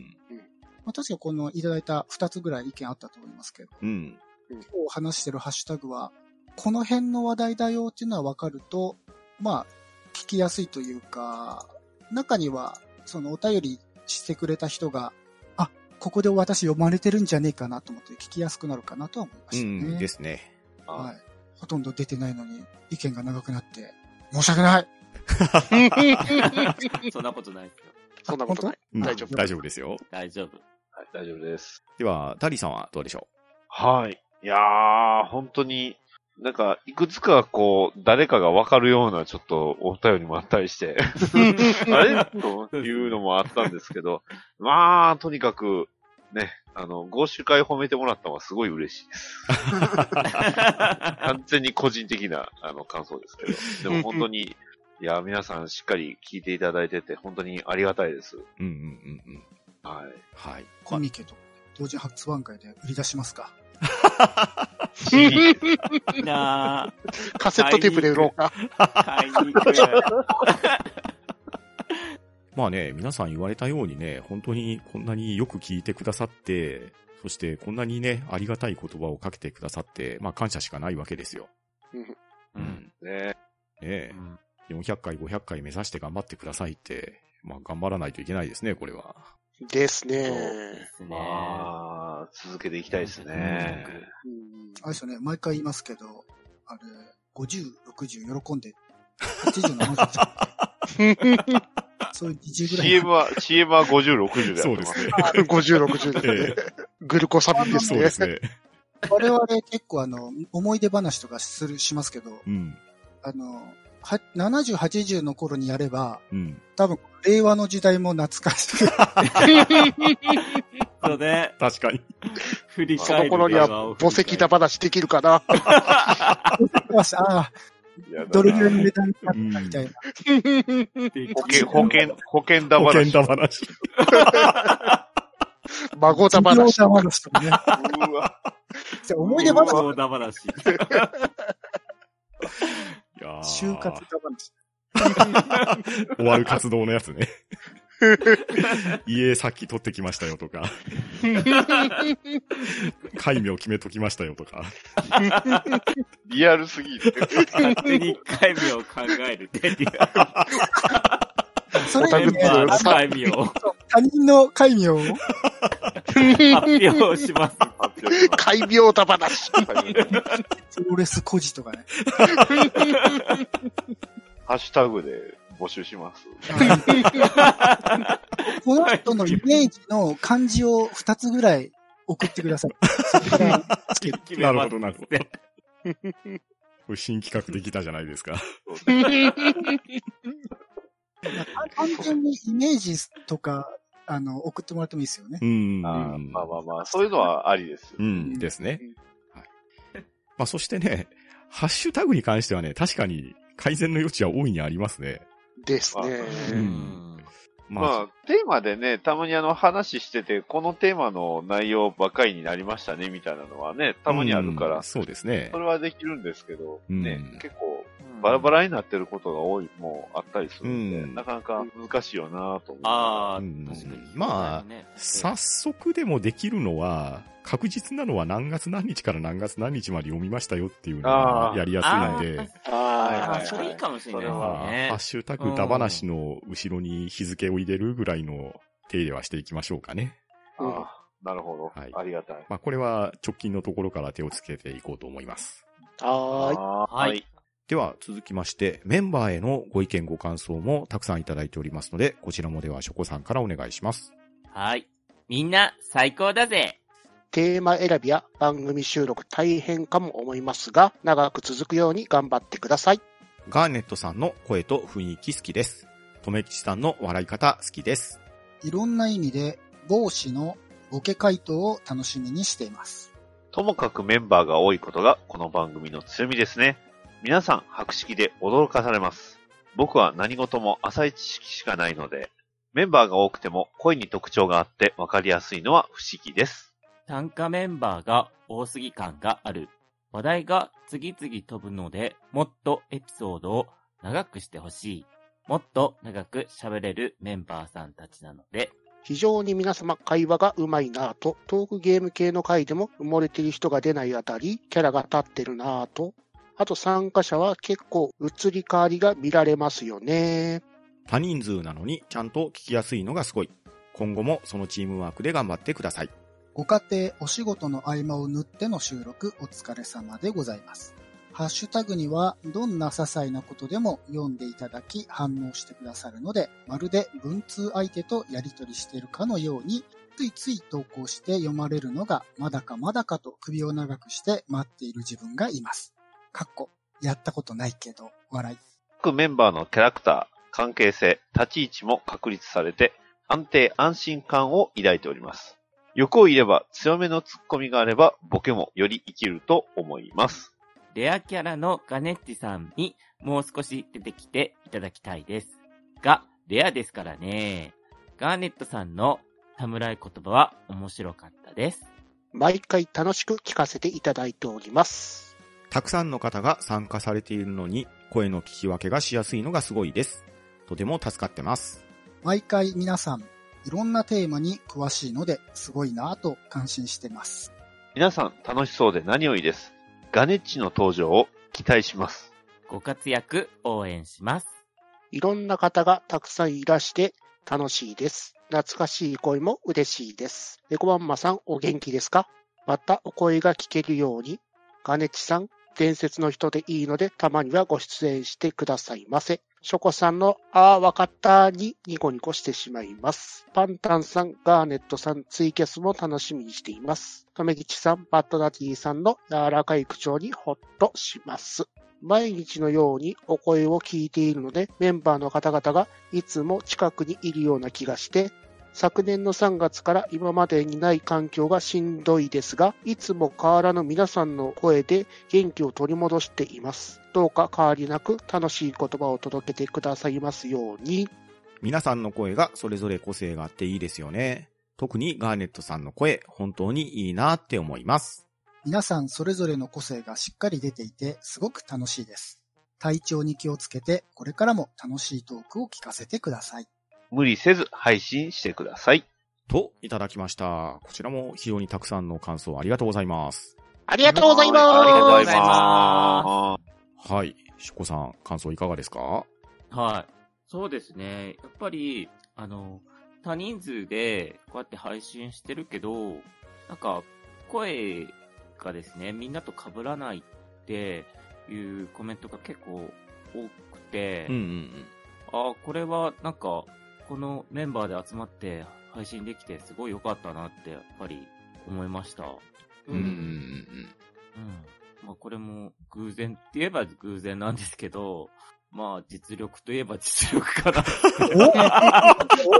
Speaker 1: まあ、確かこのいただいた2つぐらい意見あったと思いますけど、
Speaker 3: うん。うん。
Speaker 1: 今日話してるハッシュタグは、この辺の話題だよっていうのは分かると、まあ、聞きやすいというか、中には、そのお便りしてくれた人が、あ、ここで私読まれてるんじゃねえかなと思って聞きやすくなるかなとは思いま
Speaker 3: う
Speaker 1: したね。
Speaker 3: ん。ですね。
Speaker 1: はい。ほとんど出てないのに意見が長くなって、申し訳ない
Speaker 2: そんなことないですよ。
Speaker 4: そんなことない。
Speaker 3: うん
Speaker 4: 大丈夫
Speaker 3: 大丈夫ですよ。
Speaker 2: 大丈夫。
Speaker 5: はい、大丈夫です。
Speaker 3: では、ダリさんはどうでしょ
Speaker 5: はい。いやー、本当に、なんか、いくつかこう、誰かがわかるようなちょっとお便りもあったり して、あれというのもあったんですけど、まあ、とにかく、ね、あの、合衆会褒めてもらったのはすごい嬉しい です。完全に個人的なあの感想ですけど、でも本当に、いや、皆さんしっかり聞いていただいてて、本当にありがたいです。
Speaker 3: ううんうんうんうん。
Speaker 5: はい。
Speaker 3: はい。
Speaker 1: コミケと同時発売会で売り出しますか。
Speaker 2: いいなー。
Speaker 4: カセットテープで売ろうか。
Speaker 2: 買いに行く。
Speaker 3: まあね、皆さん言われたようにね、本当にこんなによく聞いてくださって、そしてこんなにね、ありがたい言葉をかけてくださって、まあ感謝しかないわけですよ。
Speaker 2: うん。
Speaker 5: ね
Speaker 3: ねえ、400回、500回目指して頑張ってくださいって、まあ頑張らないといけないですね、これは。
Speaker 4: です
Speaker 2: そう
Speaker 4: ね
Speaker 2: で。すね。
Speaker 5: まあ、続けていきたいですね。
Speaker 4: うん
Speaker 1: あれですよね、毎回言いますけど、あれ、50、60喜んで、80、70、そういう20ぐらい。
Speaker 5: CM は、CM は50、60でや
Speaker 3: そ
Speaker 5: っ
Speaker 3: う
Speaker 5: て
Speaker 3: で
Speaker 5: ますす。
Speaker 3: ね。
Speaker 4: 50、60
Speaker 3: え
Speaker 4: で。グルコサビです
Speaker 3: そう
Speaker 4: ね
Speaker 3: で。すね。
Speaker 1: 我々結構あの、思い出話とかする、しますけど、
Speaker 3: うん。
Speaker 1: あの、は70、80の頃にやれば、
Speaker 3: うん。
Speaker 1: 多分、令和の時代も懐かしく、
Speaker 2: そうね。
Speaker 3: 確かに。
Speaker 2: 振り
Speaker 4: そ
Speaker 2: 返
Speaker 4: の
Speaker 2: る。
Speaker 4: 頃には墓石だ。話できるかな。
Speaker 1: ああ、
Speaker 5: やだな
Speaker 1: どれぐらいの値段だった みたいな。
Speaker 5: 保険、保険、保険だ
Speaker 3: 保
Speaker 5: 話
Speaker 3: 険。だ話。
Speaker 4: 孫だ
Speaker 1: 企業
Speaker 4: 話。
Speaker 1: 談話とかね。
Speaker 5: うわ
Speaker 1: じゃあ思い出話、
Speaker 2: そうだ話。
Speaker 3: いやー
Speaker 1: 就活談話。
Speaker 3: 終わる活動のやつね。家先取ってきましたよと か、戒名決めときましたよとか。
Speaker 5: リアルすぎる。
Speaker 2: 勝手に1回目を考えるっていう。
Speaker 1: それ
Speaker 4: タ
Speaker 1: よ
Speaker 4: ク
Speaker 1: り
Speaker 4: テ
Speaker 1: ね、
Speaker 4: ィ
Speaker 1: あの
Speaker 4: ーの
Speaker 2: 1回目を
Speaker 1: 他人の会名を
Speaker 2: 発表します。
Speaker 5: 発表します
Speaker 4: 怪病だ 話。
Speaker 1: プロレス孤児とかね。
Speaker 5: ハッシュタグで募集します。
Speaker 1: この人のイメージの漢字を2つぐらい送ってください。そこからつける
Speaker 3: なるほど、なるほど。これ新企画できたじゃないですか。
Speaker 1: 単純にイメージとか、あの、送ってもらってもいいですよね。
Speaker 3: うん。
Speaker 5: あーまあまあまあ、そういうのはありですよ
Speaker 3: う。ん、ですね。はい。まあ、そしてね、ハッシュタグに関してはね、確かに改善の余地は大いにありますね。
Speaker 4: です
Speaker 3: う
Speaker 4: ね。
Speaker 3: んまあ、
Speaker 5: まあ、テーマでね、たまにあの話してて、このテーマの内容ばかりになりましたね、みたいなのはね、たまにあるか
Speaker 3: うん
Speaker 5: ら、
Speaker 3: そうですね
Speaker 5: そ。れはできるんですけど、
Speaker 3: うん
Speaker 5: ね、結構、バラバ
Speaker 2: ラ。
Speaker 5: ラになってることが多い、もうあったりするんで、
Speaker 3: うん
Speaker 5: なかなか難しいよなぁと思う。
Speaker 2: ああ、
Speaker 3: うん
Speaker 2: 確かに。
Speaker 3: まあ
Speaker 2: ね、
Speaker 3: 早速でもできるのは、確実なのは何月何日から何月何日まで読みましたよっていうのが
Speaker 5: あー
Speaker 3: やりや
Speaker 2: あ
Speaker 3: すいんで、
Speaker 2: ー
Speaker 5: はい
Speaker 2: あ
Speaker 5: は
Speaker 2: ー、それいいかもしれないで
Speaker 5: それ
Speaker 3: ま
Speaker 5: は
Speaker 3: あ
Speaker 2: すね
Speaker 3: ハッ。シュタグだ話の後ろに日付を入れるぐらいの手入れはしていきましょうかね。
Speaker 5: あーなるほど、
Speaker 3: はい
Speaker 5: ありがたい。
Speaker 3: まあ、これは直近のところから手をつけていこうと思います。
Speaker 4: はーい。
Speaker 5: は
Speaker 2: はい
Speaker 5: い。
Speaker 3: では続きまして、メンバーへのご意見ご感想もたくさんいただいておりますので、こちらもではショコさんからお願いします。
Speaker 2: はい。みんな、最高だぜ
Speaker 4: テーマ選びや番組収録大変かも思いますが、長く続くように頑張ってください。
Speaker 3: ガーネットさんの声と雰囲気好きです。とめきちさんの笑い方好きです。
Speaker 1: いろんな意味で、帽子のボケ回答を楽しみにしています。
Speaker 5: ともかくメンバーが多いことがこの番組の強みですね。皆さん、博識で驚かされます。僕は何事も浅い知識しかないので、メンバーが多くても声に特徴があって分かりやすいのは不思議です。
Speaker 2: 参加メンバーが多すぎ感がある。話題が次々飛ぶので、もっとエピソードを長くしてほしい。もっと長く喋れるメンバーさんたちなので、
Speaker 4: 非常に皆様会話がうまいなぁと、トークゲーム系の回でも埋もれてる人が出ないあたり、キャラが立ってるなぁと、あと参加者は結構移り変わりが見られますよね。
Speaker 3: 多人数なのにちゃんと聞きやすいのがすごい。今後もそのチームワークで頑張ってください。
Speaker 1: ご家庭、お仕事の合間を縫っての収録、お疲れ様でございます。ハッシュタグには、どんな些細なことでも読んでいただき、反応してくださるので、まるで文通相手とやりとりしているかのように、ついつい投稿して読まれるのが、まだかまだかと首を長くして待っている自分がいます。かっこ、やったことないけど、笑い。
Speaker 5: 各メンバーのキャラクター、関係性、立ち位置も確立されて、安定安心感を抱いております。欲を言えば強めのツッコミがあれば、ボケもより生きると思います。
Speaker 2: レアキャラのガネッチさんにもう少し出てきていただきたいです。が、レアですからね。ガーネットさんの侍言葉は面白かったです。
Speaker 4: 毎回楽しく聞かせていただいております。
Speaker 3: たくさんの方が参加されているのに、声の聞き分けがしやすいのがすごいです。とても助かってます。
Speaker 1: 毎回皆さん、いろんなテーマに詳しいので、すごいなぁと感心してます。
Speaker 5: 皆さん楽しそうで何よりです。ガネッチの登場を期待します。
Speaker 2: ご活躍応援します。
Speaker 4: いろんな方がたくさんいらして楽しいです。懐かしい声も嬉しいです。猫まんまさんお元気ですかまたお声が聞けるように。ガネチさん、伝説の人でいいのでたまにはご出演してくださいませ。ショコさんのああわかったにニコニコしてしまいます。パンタンさん、ガーネットさん、ツイキャスも楽しみにしています。とめぎちさん、バッドダディさんの柔らかい口調にほっとします。毎日のようにお声を聞いているので、メンバーの方々がいつも近くにいるような気がして、昨年の3月から今までにない環境がしんどいですが、いつも変わらぬ皆さんの声で元気を取り戻しています。どうか変わりなく楽しい言葉を届けてくださいますように。
Speaker 3: 皆さんの声がそれぞれ個性があっていいですよね。特にガーネットさんの声、本当にいいなって思います。
Speaker 1: 皆さんそれぞれの個性がしっかり出ていて、すごく楽しいです。体調に気をつけて、これからも楽しいトークを聞かせてください。
Speaker 5: 無理せず配信してください。
Speaker 3: と、いただきました。こちらも非常にたくさんの感想ありがとうございます。
Speaker 4: ありがとうございます。
Speaker 5: ありがとうござい
Speaker 2: ま
Speaker 5: ます。
Speaker 3: はい。しこさん、感想いかがですか
Speaker 2: はい。そうですね。やっぱり、あの、多人数でこうやって配信してるけど、なんか、声がですね、みんなと被らないっていうコメントが結構多くて、
Speaker 3: うんうん
Speaker 2: あこれはなんか、このメンバーで集まって配信できてすごい良かったなってやっぱり思いました。うん。
Speaker 3: うんうんうん。
Speaker 2: まあこれも偶然って言えば偶然なんですけど、まあ実力といえば実力かな。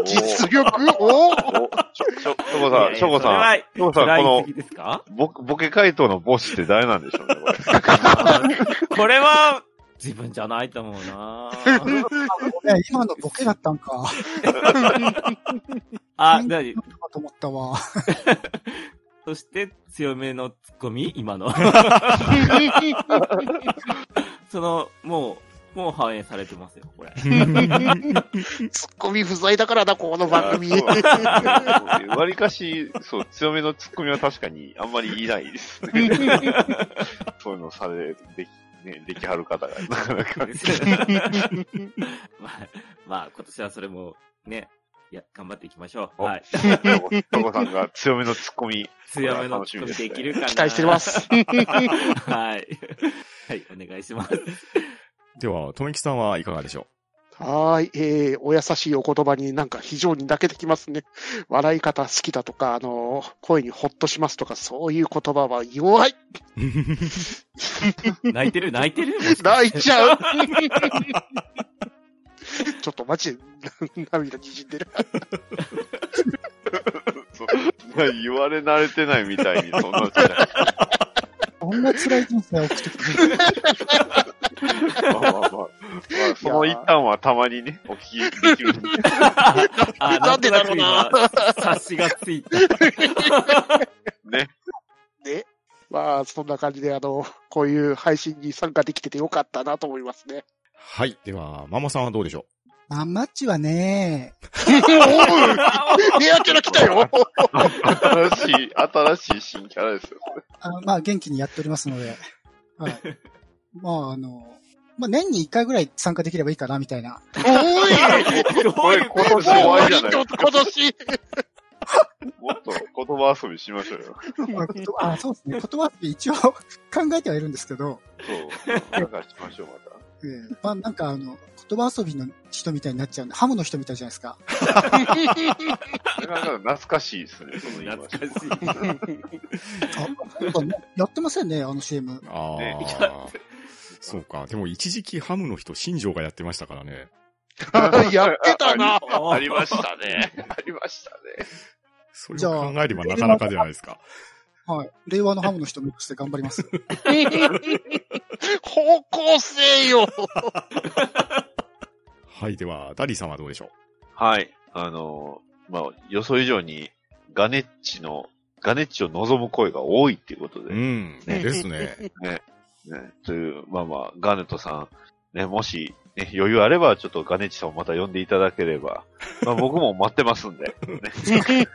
Speaker 4: 実力 お
Speaker 5: おちょ、ちょ、ショコ
Speaker 2: いや
Speaker 5: さ
Speaker 2: い
Speaker 5: ん、
Speaker 2: や
Speaker 5: ショコさん、ショ
Speaker 2: そ
Speaker 5: コ
Speaker 2: れ
Speaker 5: さん、
Speaker 2: は
Speaker 5: こ
Speaker 2: 辛い
Speaker 5: の
Speaker 2: すぎですか
Speaker 5: ボ、ボケ回答のボスって誰なんでしょうね、これ。
Speaker 2: これは、自分じゃないと思う な
Speaker 1: ね今のボケだったんか。
Speaker 2: あ、なに
Speaker 1: かと思ったわ。
Speaker 2: そして、強めのツッコミ今 の。その、もう、もう反映されてますよ、こ れ。
Speaker 4: ツッコミ不在だからな、この番 組。
Speaker 5: わりかし、そう、強めのツッコミは確かにあんまりいな いですね。そういうのされ、でき、ね、できはる方がなかなか。
Speaker 2: まあ、まあ、今年はそれも、ね、いや、頑張っていきましょう。
Speaker 5: お
Speaker 2: はい。
Speaker 5: トコさんが強めのツッコミ。
Speaker 2: 強めのツッコミできるかな。
Speaker 4: 期待してま。す。
Speaker 2: はい。はい、お願いします。
Speaker 3: では、とめきさんはいかがでしょ
Speaker 4: はーい、えー、お優しいお言葉になんか非常に泣けてきますね。笑い方好きだとか、あのー声にほっとしますとか、そういう言葉は弱い。
Speaker 3: う
Speaker 2: 泣いてる泣いてるもしか
Speaker 4: 泣いちゃう。 ちょっとマジで涙にじんでる。
Speaker 5: そう言われ慣れてないみたいに、そんなじゃない。
Speaker 1: こんな辛い人生を送ってくれる。
Speaker 5: まあまあまあ。まあ、その一端はたまにね、お聞きできる。
Speaker 2: あ
Speaker 4: なんでだろうな。
Speaker 2: 察しがつい た。
Speaker 5: ね。
Speaker 4: で、まあ、そんな感じで、あの、こういう配信に参加できててよかったなと思いますね。
Speaker 3: はい。では、マモさんはどうでしょ
Speaker 1: マンマッチはね、
Speaker 4: おうレアキャラ来たよ
Speaker 5: 新しい、新しい新キャラですよ。
Speaker 1: あのまあ元気にやっておりますので、はい。まああの、まあ年に1回ぐらい参加できればいいかな、みたいな。
Speaker 4: おい
Speaker 5: これ、今年終
Speaker 4: もう
Speaker 5: わり
Speaker 4: 割
Speaker 5: じゃない
Speaker 4: と今年
Speaker 5: もっと言葉遊びしましょうよ。
Speaker 1: まあことあ、そうですね。言葉って一応考えてはいるんですけど、
Speaker 5: そう。なんかしましょう、また。
Speaker 1: えーまあなんかあの、言葉遊びの人みたいになっちゃうんで、ハムの人みたいじゃないですか。
Speaker 5: なんか懐かしいですね、その言い
Speaker 2: 懐
Speaker 5: 回
Speaker 2: かしい。
Speaker 5: し
Speaker 1: あなんかねやってませんね、あの CM
Speaker 3: う。あ
Speaker 5: ね
Speaker 3: あ。そうか。でも一時期ハムの人、新庄がやってましたからね。
Speaker 4: やってたな。
Speaker 5: あありましたね。ありましたね。
Speaker 3: それ
Speaker 1: じゃ
Speaker 3: を
Speaker 1: あ
Speaker 3: 考えればなかなかじゃないですか。
Speaker 1: はい。令和のハムの人目指して頑張ります。
Speaker 4: 方向性よ。
Speaker 3: はい。では、ダリーさんはどうでしょ
Speaker 5: はい。あのー、まあ、予想以上に、ガネッチの、ガネッチを望む声が多いっていうこと
Speaker 3: うう
Speaker 5: で、ね
Speaker 3: ん。ですね。
Speaker 5: という、まあまあ、ガネットさん、ね、もし、ね、余裕あれば、ちょっとガネッチさんをまた呼んでいただければ、まあ僕も待ってますんで、ね、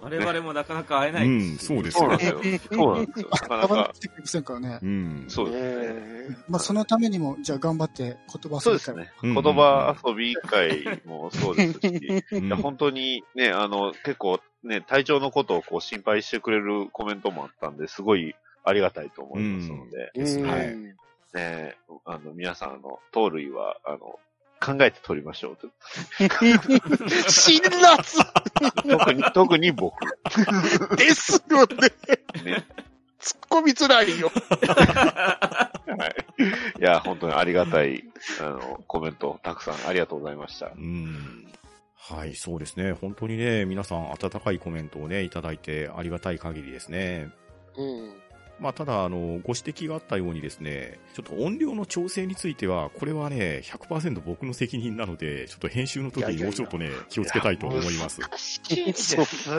Speaker 2: 我々もなかなか会えな
Speaker 3: う
Speaker 2: い。
Speaker 3: ん。そうです
Speaker 5: そうな
Speaker 3: よ
Speaker 5: ん。ですよ。そうなんですよ。なかな
Speaker 1: なかなか
Speaker 5: か、
Speaker 1: 来てくれませんからね。
Speaker 3: うん。
Speaker 5: そうですね。
Speaker 4: えー
Speaker 1: まあそのためにも、じゃあ頑張って言葉遊び会を
Speaker 5: そうですね。
Speaker 3: うん
Speaker 5: 言葉遊び会もそうですし、
Speaker 3: うん
Speaker 5: いや本当にね、あの、結構ね、体調のことをこう心配してくれるコメントもあったんで、すごいありがたいと思いますので、
Speaker 3: ですね
Speaker 5: はいね、あの、皆さん、あの、盗塁は、あの、考えて取りましょうと。
Speaker 4: 辛辣
Speaker 5: 特に、 特に僕。
Speaker 4: ですよね。
Speaker 5: ね。
Speaker 4: 突っ込みづらいよ。
Speaker 5: はい。いや、本当にありがたい、あの、コメント、たくさんありがとうございました。
Speaker 3: うんはい、そうですね。本当にね、皆さん温かいコメントをね、いただいてありがたい限りですね。
Speaker 4: うん。
Speaker 3: まあ、ただ、あの、ご指摘があったようにですね、ちょっと音量の調整については、これはね、100%僕の責任なので、ちょっと編集の時
Speaker 4: いやいやい
Speaker 3: に
Speaker 4: や
Speaker 3: もうちょっとね、気をつけたいと思います。
Speaker 4: そ
Speaker 5: よ
Speaker 4: そ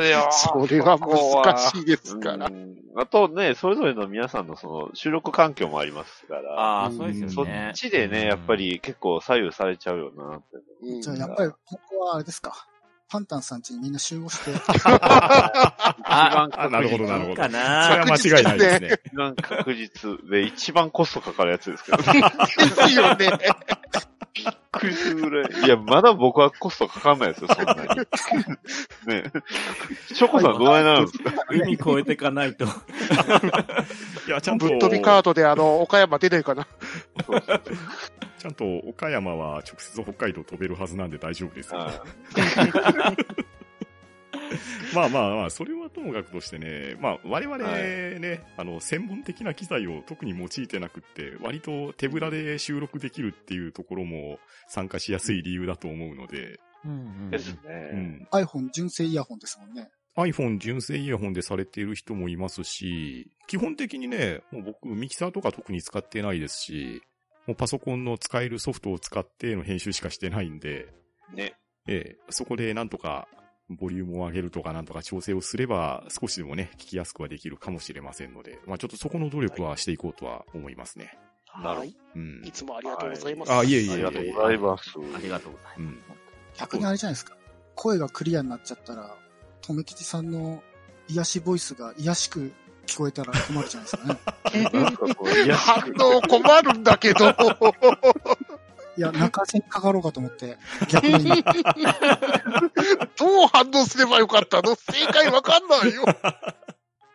Speaker 4: れは難しいで
Speaker 5: う
Speaker 4: すから。
Speaker 5: んあとね、それぞれの皆さんのその収録環境もありますから、
Speaker 2: ああ、そうです
Speaker 5: そ
Speaker 2: よ
Speaker 5: っ
Speaker 2: ね。
Speaker 5: ちでね、やっぱり結構左右されちゃうよなって。
Speaker 4: うん
Speaker 1: じゃあやっぱり、ここはあれですか。パンタンさん家にみんな集合 して、
Speaker 5: あ
Speaker 3: あなるほど、なる
Speaker 2: そ
Speaker 3: ほ
Speaker 2: う
Speaker 3: ど。そ
Speaker 2: か
Speaker 3: れは
Speaker 2: な。
Speaker 3: 間違いないですね。
Speaker 5: 一番確実で、一番コストかかるやつですけど、
Speaker 4: ですよ ね。
Speaker 5: クズぐらい。いや、まだ僕はコストかかんないですよ、そんなに。ねショコさんどないなるんですか
Speaker 2: 海越えていかないと。
Speaker 3: いや、ちゃんと、
Speaker 4: ぶっ飛びカードで、あの、岡山出ないかな。
Speaker 3: ちちゃんと岡山は直接北海道飛べるはずなんで大丈夫ですよ。 まあまあまあ、それはともかくとしてね、まあ我々ね、あの、専門的な機材を特に用いてなくって、割と手ぶらで収録できるっていうところも参加しやすい理由だと思うので、
Speaker 2: うんうん
Speaker 5: ですね。
Speaker 3: うん。
Speaker 1: iPhone 純正イヤホンですもんね。
Speaker 3: iPhone 純正イヤホンでされている人もいますし、基本的にね、もう僕ミキサーとか特に使ってないですし、もうパソコンの使えるソフトを使っての編集しかしてないんで、
Speaker 5: ね。
Speaker 3: ええ、そこでなんとかボリュームを上げるとかなんとか調整をすれば少しでもね、聞きやすくはできるかもしれませんので、まあちょっとそこの努力はしていこうとは思いますね。
Speaker 5: なるほど
Speaker 4: はい。
Speaker 3: うん。
Speaker 4: いつもありがとうございます。
Speaker 3: あ、いえいえ
Speaker 5: あ
Speaker 3: え
Speaker 5: りがとうございます。
Speaker 2: ありがとうございます。
Speaker 1: 逆にあれじゃないですか。声がクリアになっちゃったら、とめきちさんの癒しボイスが癒しく聞こえたら困るじゃないです かね。
Speaker 5: なんかこう、癒やし
Speaker 4: 反応困るんだけど。
Speaker 1: いや、泣かせにかかろうかと思って、逆 に。
Speaker 4: どう反応すればよかったの正解わかんないよ。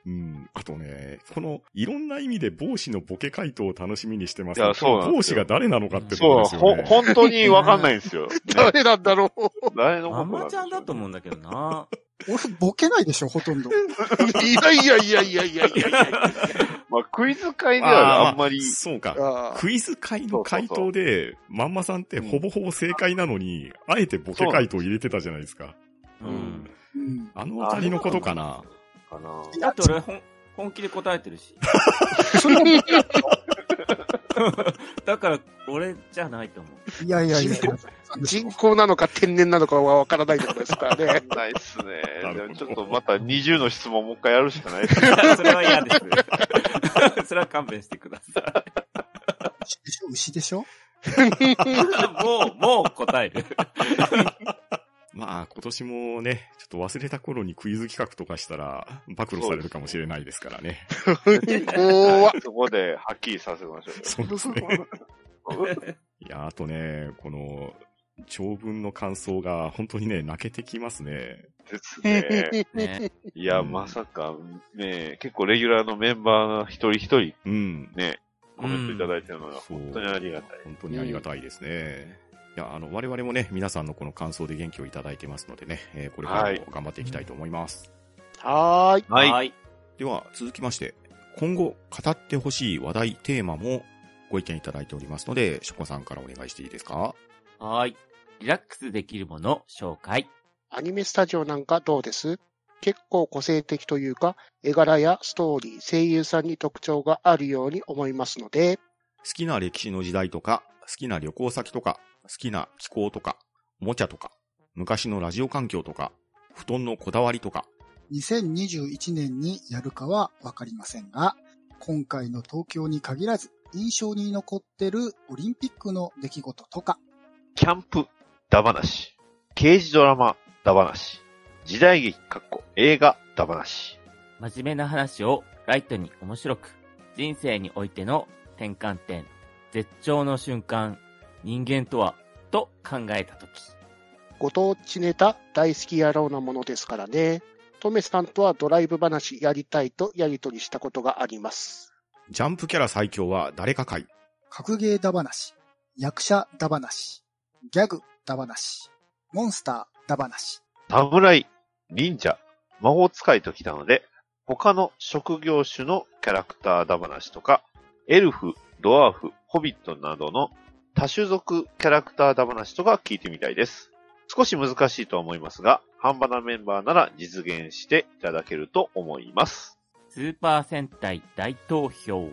Speaker 3: うん。あとね、この、いろんな意味で帽子のボケ回答を楽しみにしてます
Speaker 5: いやそうなん
Speaker 3: 帽
Speaker 5: です
Speaker 3: 子
Speaker 5: よ
Speaker 3: が誰なのかってとこ
Speaker 5: そ
Speaker 3: ですよ
Speaker 5: う、ほ、
Speaker 3: ね。
Speaker 5: 本当にわかんないんですよ。ね
Speaker 4: 誰なんだろう。
Speaker 5: 誰の
Speaker 2: マ
Speaker 5: ことなん
Speaker 2: マ
Speaker 5: でし
Speaker 2: ち
Speaker 5: ょ
Speaker 2: ゃ
Speaker 5: うん
Speaker 2: だと思うんだけどな。
Speaker 1: 俺、ボケないでしょ、ほとんど。
Speaker 4: いやいやいやいやいやいやいや。
Speaker 5: まあ、クイズ会で
Speaker 3: あー
Speaker 5: は
Speaker 3: あ
Speaker 5: あんまり、
Speaker 3: そうか。
Speaker 4: あー
Speaker 3: クイズ会の回答で、まんまさんってほぼほぼ正解なのに、あえてボケ回答を入れてたじゃないですか。
Speaker 2: うん。
Speaker 1: うん。
Speaker 3: あのあたりのことかな。
Speaker 5: かな。
Speaker 1: い
Speaker 2: だ
Speaker 1: や
Speaker 2: って、俺ほん、本気で答えてるし。
Speaker 1: それもい
Speaker 2: だから、俺じゃないと思う。
Speaker 1: やいやいや。
Speaker 4: 人工なのか天然なのかはわからないところですから ね。
Speaker 5: ないっすね
Speaker 3: な。る
Speaker 5: で
Speaker 3: ほど
Speaker 5: もちょっとまた20の質問もう一回やるしかないですね。
Speaker 2: それは嫌 です。それは勘弁してください。
Speaker 1: 牛でしょ
Speaker 2: もう、もう答え る。
Speaker 3: まあ、今年もね、ちょっと忘れた頃にクイズ企画とかしたら、暴露されるかもしれないですからね。
Speaker 4: 怖っ
Speaker 5: そこではっきりさせましょ
Speaker 3: そうですね。いや、あとね、この、長文の感想が本当にね、泣けてきますね。
Speaker 5: う。ですね。
Speaker 2: ね
Speaker 5: いや、まさか、ね、結構レギュラーのメンバーの一人一人
Speaker 3: うん。
Speaker 5: ね、コメントいただいてるのが
Speaker 3: そう
Speaker 5: 本当にありがたい。
Speaker 3: 本当にありがたいですね。いや、あの、我々もね、皆さんのこの感想で元気をいただいてますのでね、えーこれから
Speaker 5: はい
Speaker 3: も頑張っていきたいと思います。
Speaker 4: はーい。
Speaker 5: はい。
Speaker 2: い。
Speaker 3: では、続きまして、今後語ってほしい話題、テーマもご意見いただいておりますので、ショコさんからお願いしていいですか
Speaker 2: はい。リラックスできるもの紹介。
Speaker 4: アニメスタジオなんかどうです結構個性的というか、絵柄やストーリー、声優さんに特徴があるように思いますので、
Speaker 3: 好きな歴史の時代とか、好きな旅行先とか、好きな気候とか、おもちゃとか、昔のラジオ環境とか、布団のこだわりとか、
Speaker 1: 2021年にやるかはわかりませんが、今回の東京に限らず、印象に残ってるオリンピックの出来事とか、
Speaker 5: キャンプ、だ話。刑事ドラマ、だ話。時代劇、かっこ、映画、だ話。
Speaker 2: 真面目な話をライトに面白く。人生においての転換点。絶頂の瞬間。人間とは、と考えたとき。
Speaker 4: ご当地ネタ大好き野郎なものですからね。トメさんとはドライブ話やりたいとやりとりしたことがあります。
Speaker 3: ジャンプキャラ最強は誰か会、
Speaker 1: 格ゲーだ話、役者だ話、ギャグだ話、モンスターだ話。
Speaker 5: 侍、忍者、魔法使いときたので、他の職業種のキャラクターだ話とか、エルフ、ドワーフ、ホビットなどの多種族キャラクターだ話とか聞いてみたいです。少し難しいとは思いますが、半端なメンバーなら実現していただけると思います。
Speaker 2: スーパー戦隊大投票。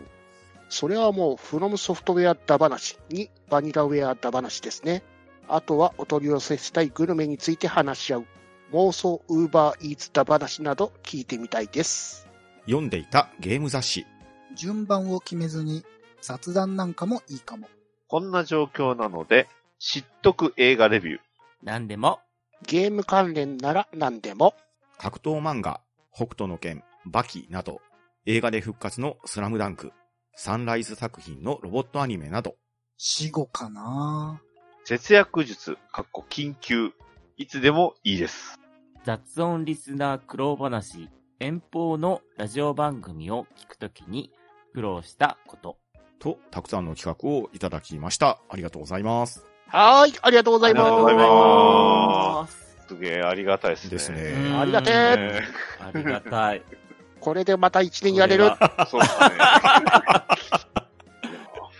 Speaker 4: それはもう、フロムソフトウェアだ話にバニラウェアだ話ですね。あとはお取り寄せしたいグルメについて話し合う。妄想ウーバーイーツだ話など聞いてみたいです。
Speaker 3: 読んでいたゲーム雑誌、
Speaker 1: 順番を決めずに、雑談なんかもいいかも。
Speaker 5: こんな状況なので、知っとく映画レビュー。
Speaker 2: 何でも、
Speaker 4: ゲーム関連なら何でも。
Speaker 3: 格闘漫画、北斗の剣、バキなど、映画で復活のスラムダンク、サンライズ作品のロボットアニメなど、
Speaker 1: 死後かな
Speaker 5: 節約術、かっこ緊急。いつでもいいです。
Speaker 2: 雑音リスナー苦労話。遠方のラジオ番組を聞くときに苦労したこと。。
Speaker 3: と、たくさんの企画をいただきました。ありがとうございます。
Speaker 4: はーい、ありがとうござい
Speaker 5: ありがとうござい
Speaker 4: ま
Speaker 5: ますすげえありがたいですね。
Speaker 3: ですね。
Speaker 2: うん
Speaker 4: す。ありがてー。
Speaker 5: ね
Speaker 2: ありがたい。
Speaker 4: これでまた一年やれる。
Speaker 5: えそう だね。いや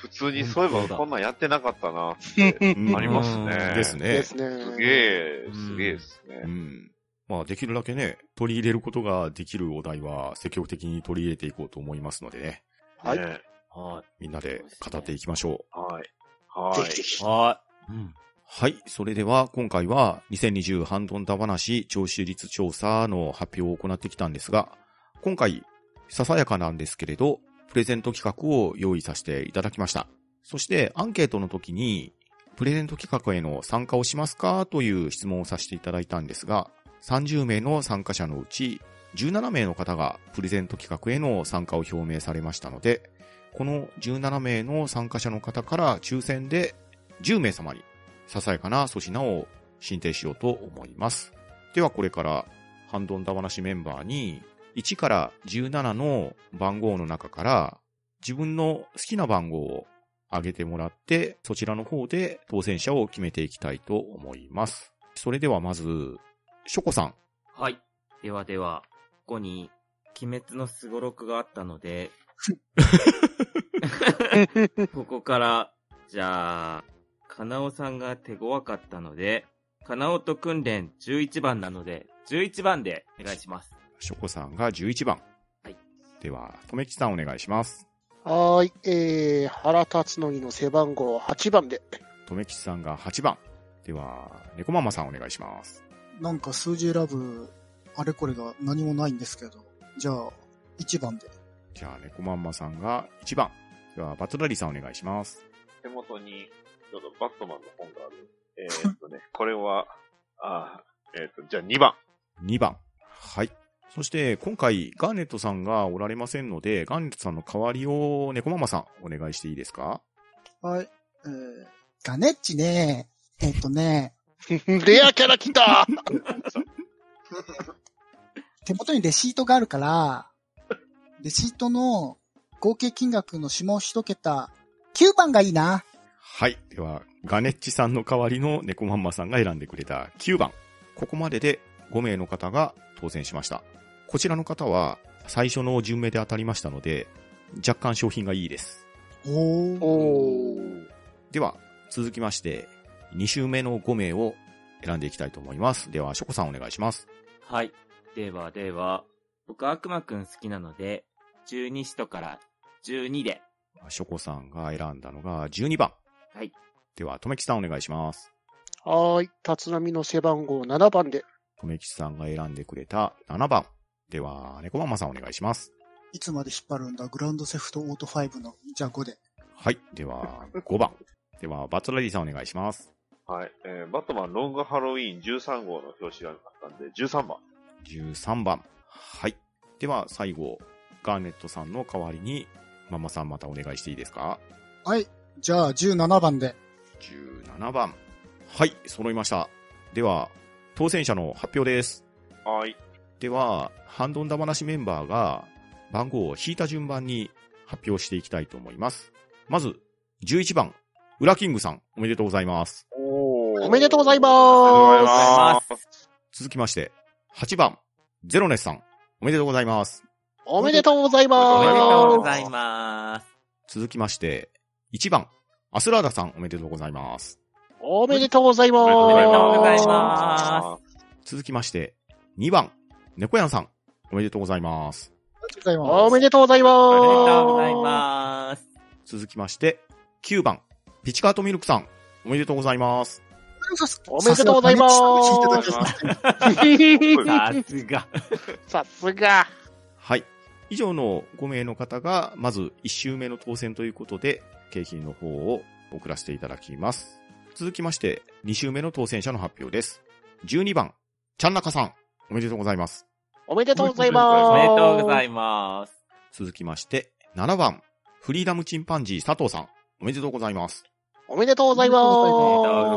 Speaker 5: 普通にそういえばこんなんやってなかったなって
Speaker 3: うん
Speaker 5: ありますね。
Speaker 3: です。ね
Speaker 4: で。すね。
Speaker 5: すげえ、すげえです
Speaker 3: う
Speaker 5: ね。
Speaker 3: ん。まあ、できるだけね、取り入れることができるお題は積極的に取り入れていこうと思いますのでね。
Speaker 4: はい
Speaker 5: ね
Speaker 2: は
Speaker 3: みんなで語っていきましょう。
Speaker 5: はい。は
Speaker 4: ぜひぜ
Speaker 5: い。
Speaker 4: ひ
Speaker 2: い。。はい。うん。
Speaker 3: はい。それでは、今回は2020ハンドンダ話聴取率調査の発表を行ってきたんですが、今回、ささやかなんですけれど、プレゼント企画を用意させていただきました。そして、アンケートの時に、プレゼント企画への参加をしますかという質問をさせていただいたんですが、30名の参加者のうち、17名の方がプレゼント企画への参加を表明されましたので、この17名の参加者の方から抽選で10名様にささやかな粗品を進呈しようと思います。ではこれから、ハンドンダ話メンバーに、1から17の番号の中から、自分の好きな番号を上げてもらって、そちらの方で当選者を決めていきたいと思います。それではまず、ショコさん。
Speaker 2: はい。ではでは、ここに、鬼滅のすごろくがあったので、ここから、じゃあ、かなおさんが手強かったので、かなおと訓練11番なので、11番でお願いします。
Speaker 3: ショコさんが11番。
Speaker 2: はい。
Speaker 3: では、とめきさんお願いします。
Speaker 4: はーい、えー、原辰徳の背番号8番で。
Speaker 3: とめきさんが8番。では、猫ママさんお願いします。
Speaker 1: なんか数字選ぶあれこれが何もないんですけど、じゃあ1番で。
Speaker 3: じゃあ、猫まんまさんが1番。では、バトラリーさんお願いします。
Speaker 5: 手元に、ちょっとバットマンの本がある。えーっとね、 これは、あーえーっと、じゃあ2番。
Speaker 3: 2番。はい。そして、今回、ガーネットさんがおられませんので、ガーネットさんの代わりを、猫ママさん、お願いしていいですか
Speaker 1: はい。えー、ガネッチねえっ、とね、
Speaker 4: レアキャラ来た
Speaker 1: 手元にレシートがある から、レシートの合計金額の下一桁、9番がいいな。
Speaker 3: はい。では、ガネッチさんの代わりの猫ママさんが選んでくれた9番。ここまでで5名の方が当選しました。こちらの方は、最初の順目で当たりましたので、若干商品がいいです。
Speaker 1: おー。
Speaker 4: おー。
Speaker 3: では、続きまして、2周目の5名を選んでいきたいと思います。では、ショコさんお願いします。
Speaker 2: はい。ではでは、僕悪魔くん好きなので、12使徒から12で。
Speaker 3: ショコさんが選んだのが12番。
Speaker 2: はい。
Speaker 3: では、とめきさんお願いします。
Speaker 4: はーい、辰徳の背番号7番で。
Speaker 3: とめきさんが選んでくれた7番。では、猫ママさんお願いします。
Speaker 1: いつまで引っ張るんだグランドセフトオート5の、じゃあ5で。
Speaker 3: はい。では、5番。では、バトラリーさんお願いします。
Speaker 5: はい。えーバットマンロングハロウィーン13号の表紙があったんで、13番。
Speaker 3: 13番。はい。では、最後、ガーネットさんの代わりに、ママさんまたお願いしていいですか
Speaker 1: はい。じゃあ17番で。
Speaker 3: 17番。はい、揃いました。では、当選者の発表です。
Speaker 5: はい。
Speaker 3: では、ハンドンダ話メンバーが番号を引いた順番に発表していきたいと思います。まず、11番、ウラキングさん、おめでとうございます。
Speaker 5: お
Speaker 4: おめでとうござい
Speaker 5: おめでとうござい
Speaker 4: ま
Speaker 5: ます。
Speaker 3: 続きまして、8番、ゼロネスさん、おめでとうございます。
Speaker 4: す。おめでとうござい
Speaker 2: お
Speaker 4: ま
Speaker 2: め
Speaker 4: す。
Speaker 2: でとうござ
Speaker 5: す
Speaker 2: います。
Speaker 3: 続きまして、1番、アスラーダさん、おめでとうございます。
Speaker 4: おめでとうございます。
Speaker 2: おめでとうござい
Speaker 4: す。
Speaker 2: ま
Speaker 3: 続きまして、2番、猫やんさん、おめでとうございます。
Speaker 1: ありがとうござい
Speaker 4: お
Speaker 1: ます。
Speaker 4: めでとうございます。
Speaker 2: おめでとうございます。
Speaker 3: 続きまして、9番、ピチカートミルクさん、おめでとうございます。
Speaker 4: おめでとうございます
Speaker 1: さがガネッチさんに聞いていただきました
Speaker 2: さすが。
Speaker 4: さすが。
Speaker 3: はい。以上の5名の方が、まず1周目の当選ということで、景品の方を送らせていただきます。続きまして、2周目の当選者の発表です。12番、ちゃんなかさん、おめでとうございます。
Speaker 4: おめでとうございま す。
Speaker 2: おめでとうござ
Speaker 4: い
Speaker 2: います。
Speaker 3: 続きまして、7番、フリーダムチンパンジー佐藤さん、おめでとうございます。
Speaker 4: ます。おめでとうござい
Speaker 5: おめでとうご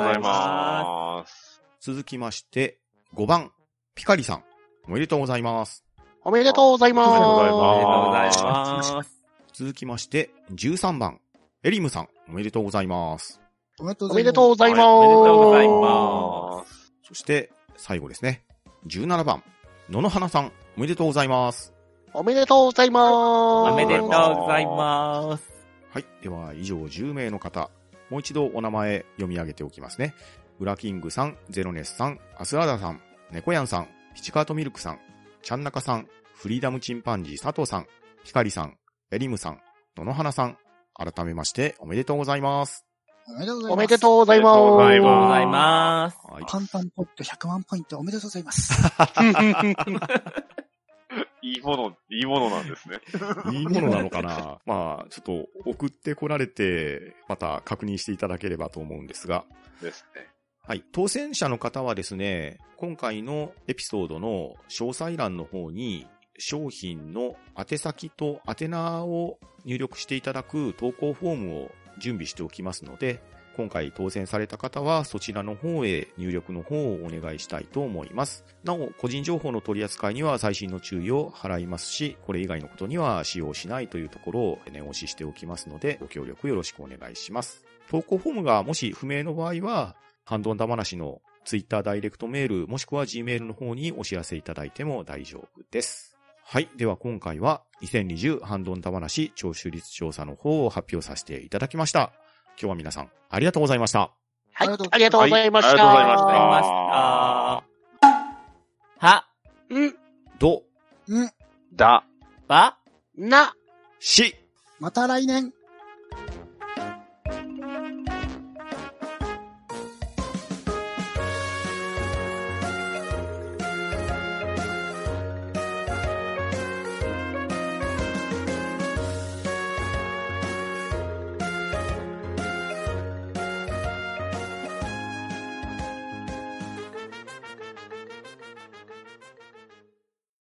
Speaker 5: ざい
Speaker 4: ま
Speaker 5: ます。
Speaker 3: 続きまして、5番、ピカリさん、おめでとうございます。
Speaker 4: す。おめでとうございます。
Speaker 5: おめでとうござい
Speaker 2: おめで
Speaker 5: ま
Speaker 2: とうございます。
Speaker 3: 続きまして、13番、エリムさん、おめでとうございます。
Speaker 1: おめでとう
Speaker 4: お
Speaker 1: ござ
Speaker 4: め
Speaker 1: いま。
Speaker 4: ですとうございます。
Speaker 5: おめでとうございます。
Speaker 3: そして、最後ですね。17番、野々花さん、おめでとうございます。
Speaker 4: おめでとうございます。
Speaker 2: おめでとう
Speaker 5: す
Speaker 2: ございます。
Speaker 3: はい。では、以上10名の方、もう一度お名前読み上げておきますね。ブラキングさん、ゼロネスさん、アスラダさん、ネコヤンさん、ピチカートミルクさん、チャンナカさん、フリーダムチンパンジー佐藤さん、ヒカリさん、エリムさん、野々花さん、改めましておめでとうございます。
Speaker 1: おめでとうございます。
Speaker 4: おめでとうございます。
Speaker 5: おめで
Speaker 2: おめで
Speaker 5: と
Speaker 2: とう
Speaker 5: う
Speaker 2: ご
Speaker 5: ご
Speaker 2: ざ
Speaker 5: ざ
Speaker 2: い
Speaker 5: い
Speaker 2: ます。
Speaker 3: はい。
Speaker 1: パンパンポット100万ポイントおめでとうございます。
Speaker 5: いいもの、いいものなんですね。
Speaker 3: いいものなのかなまあ、ちょっと送ってこられて、また確認していただければと思うんですが、
Speaker 5: ですね。
Speaker 3: はい。当選者の方はですね、今回のエピソードの詳細欄の方に、商品の宛先と宛名を入力していただく投稿フォームを準備しておきますので、今回当選された方はそちらの方へ入力の方をお願いしたいと思います。なお、個人情報の取り扱いには最新の注意を払いますし、これ以外のことには使用しないというところを念押ししておきますので、ご協力よろしくお願いします。投稿フォームがもし不明の場合は、ハンドンダ話のツイッターダイレクトメールもしくは G メールの方にお知らせいただいても大丈夫です。はい。では今回は2020ハンドンダ話聴取率調査の方を発表させていただきました。今日は皆さんありがとうございました。
Speaker 4: はい、ありがとうございました。
Speaker 5: はいありがとうござい
Speaker 2: ありがとうございました。は、
Speaker 4: う
Speaker 5: あ
Speaker 4: ん、
Speaker 3: ど、
Speaker 1: うん。
Speaker 5: だ。
Speaker 2: ば、
Speaker 4: な、
Speaker 3: し、
Speaker 1: また来年。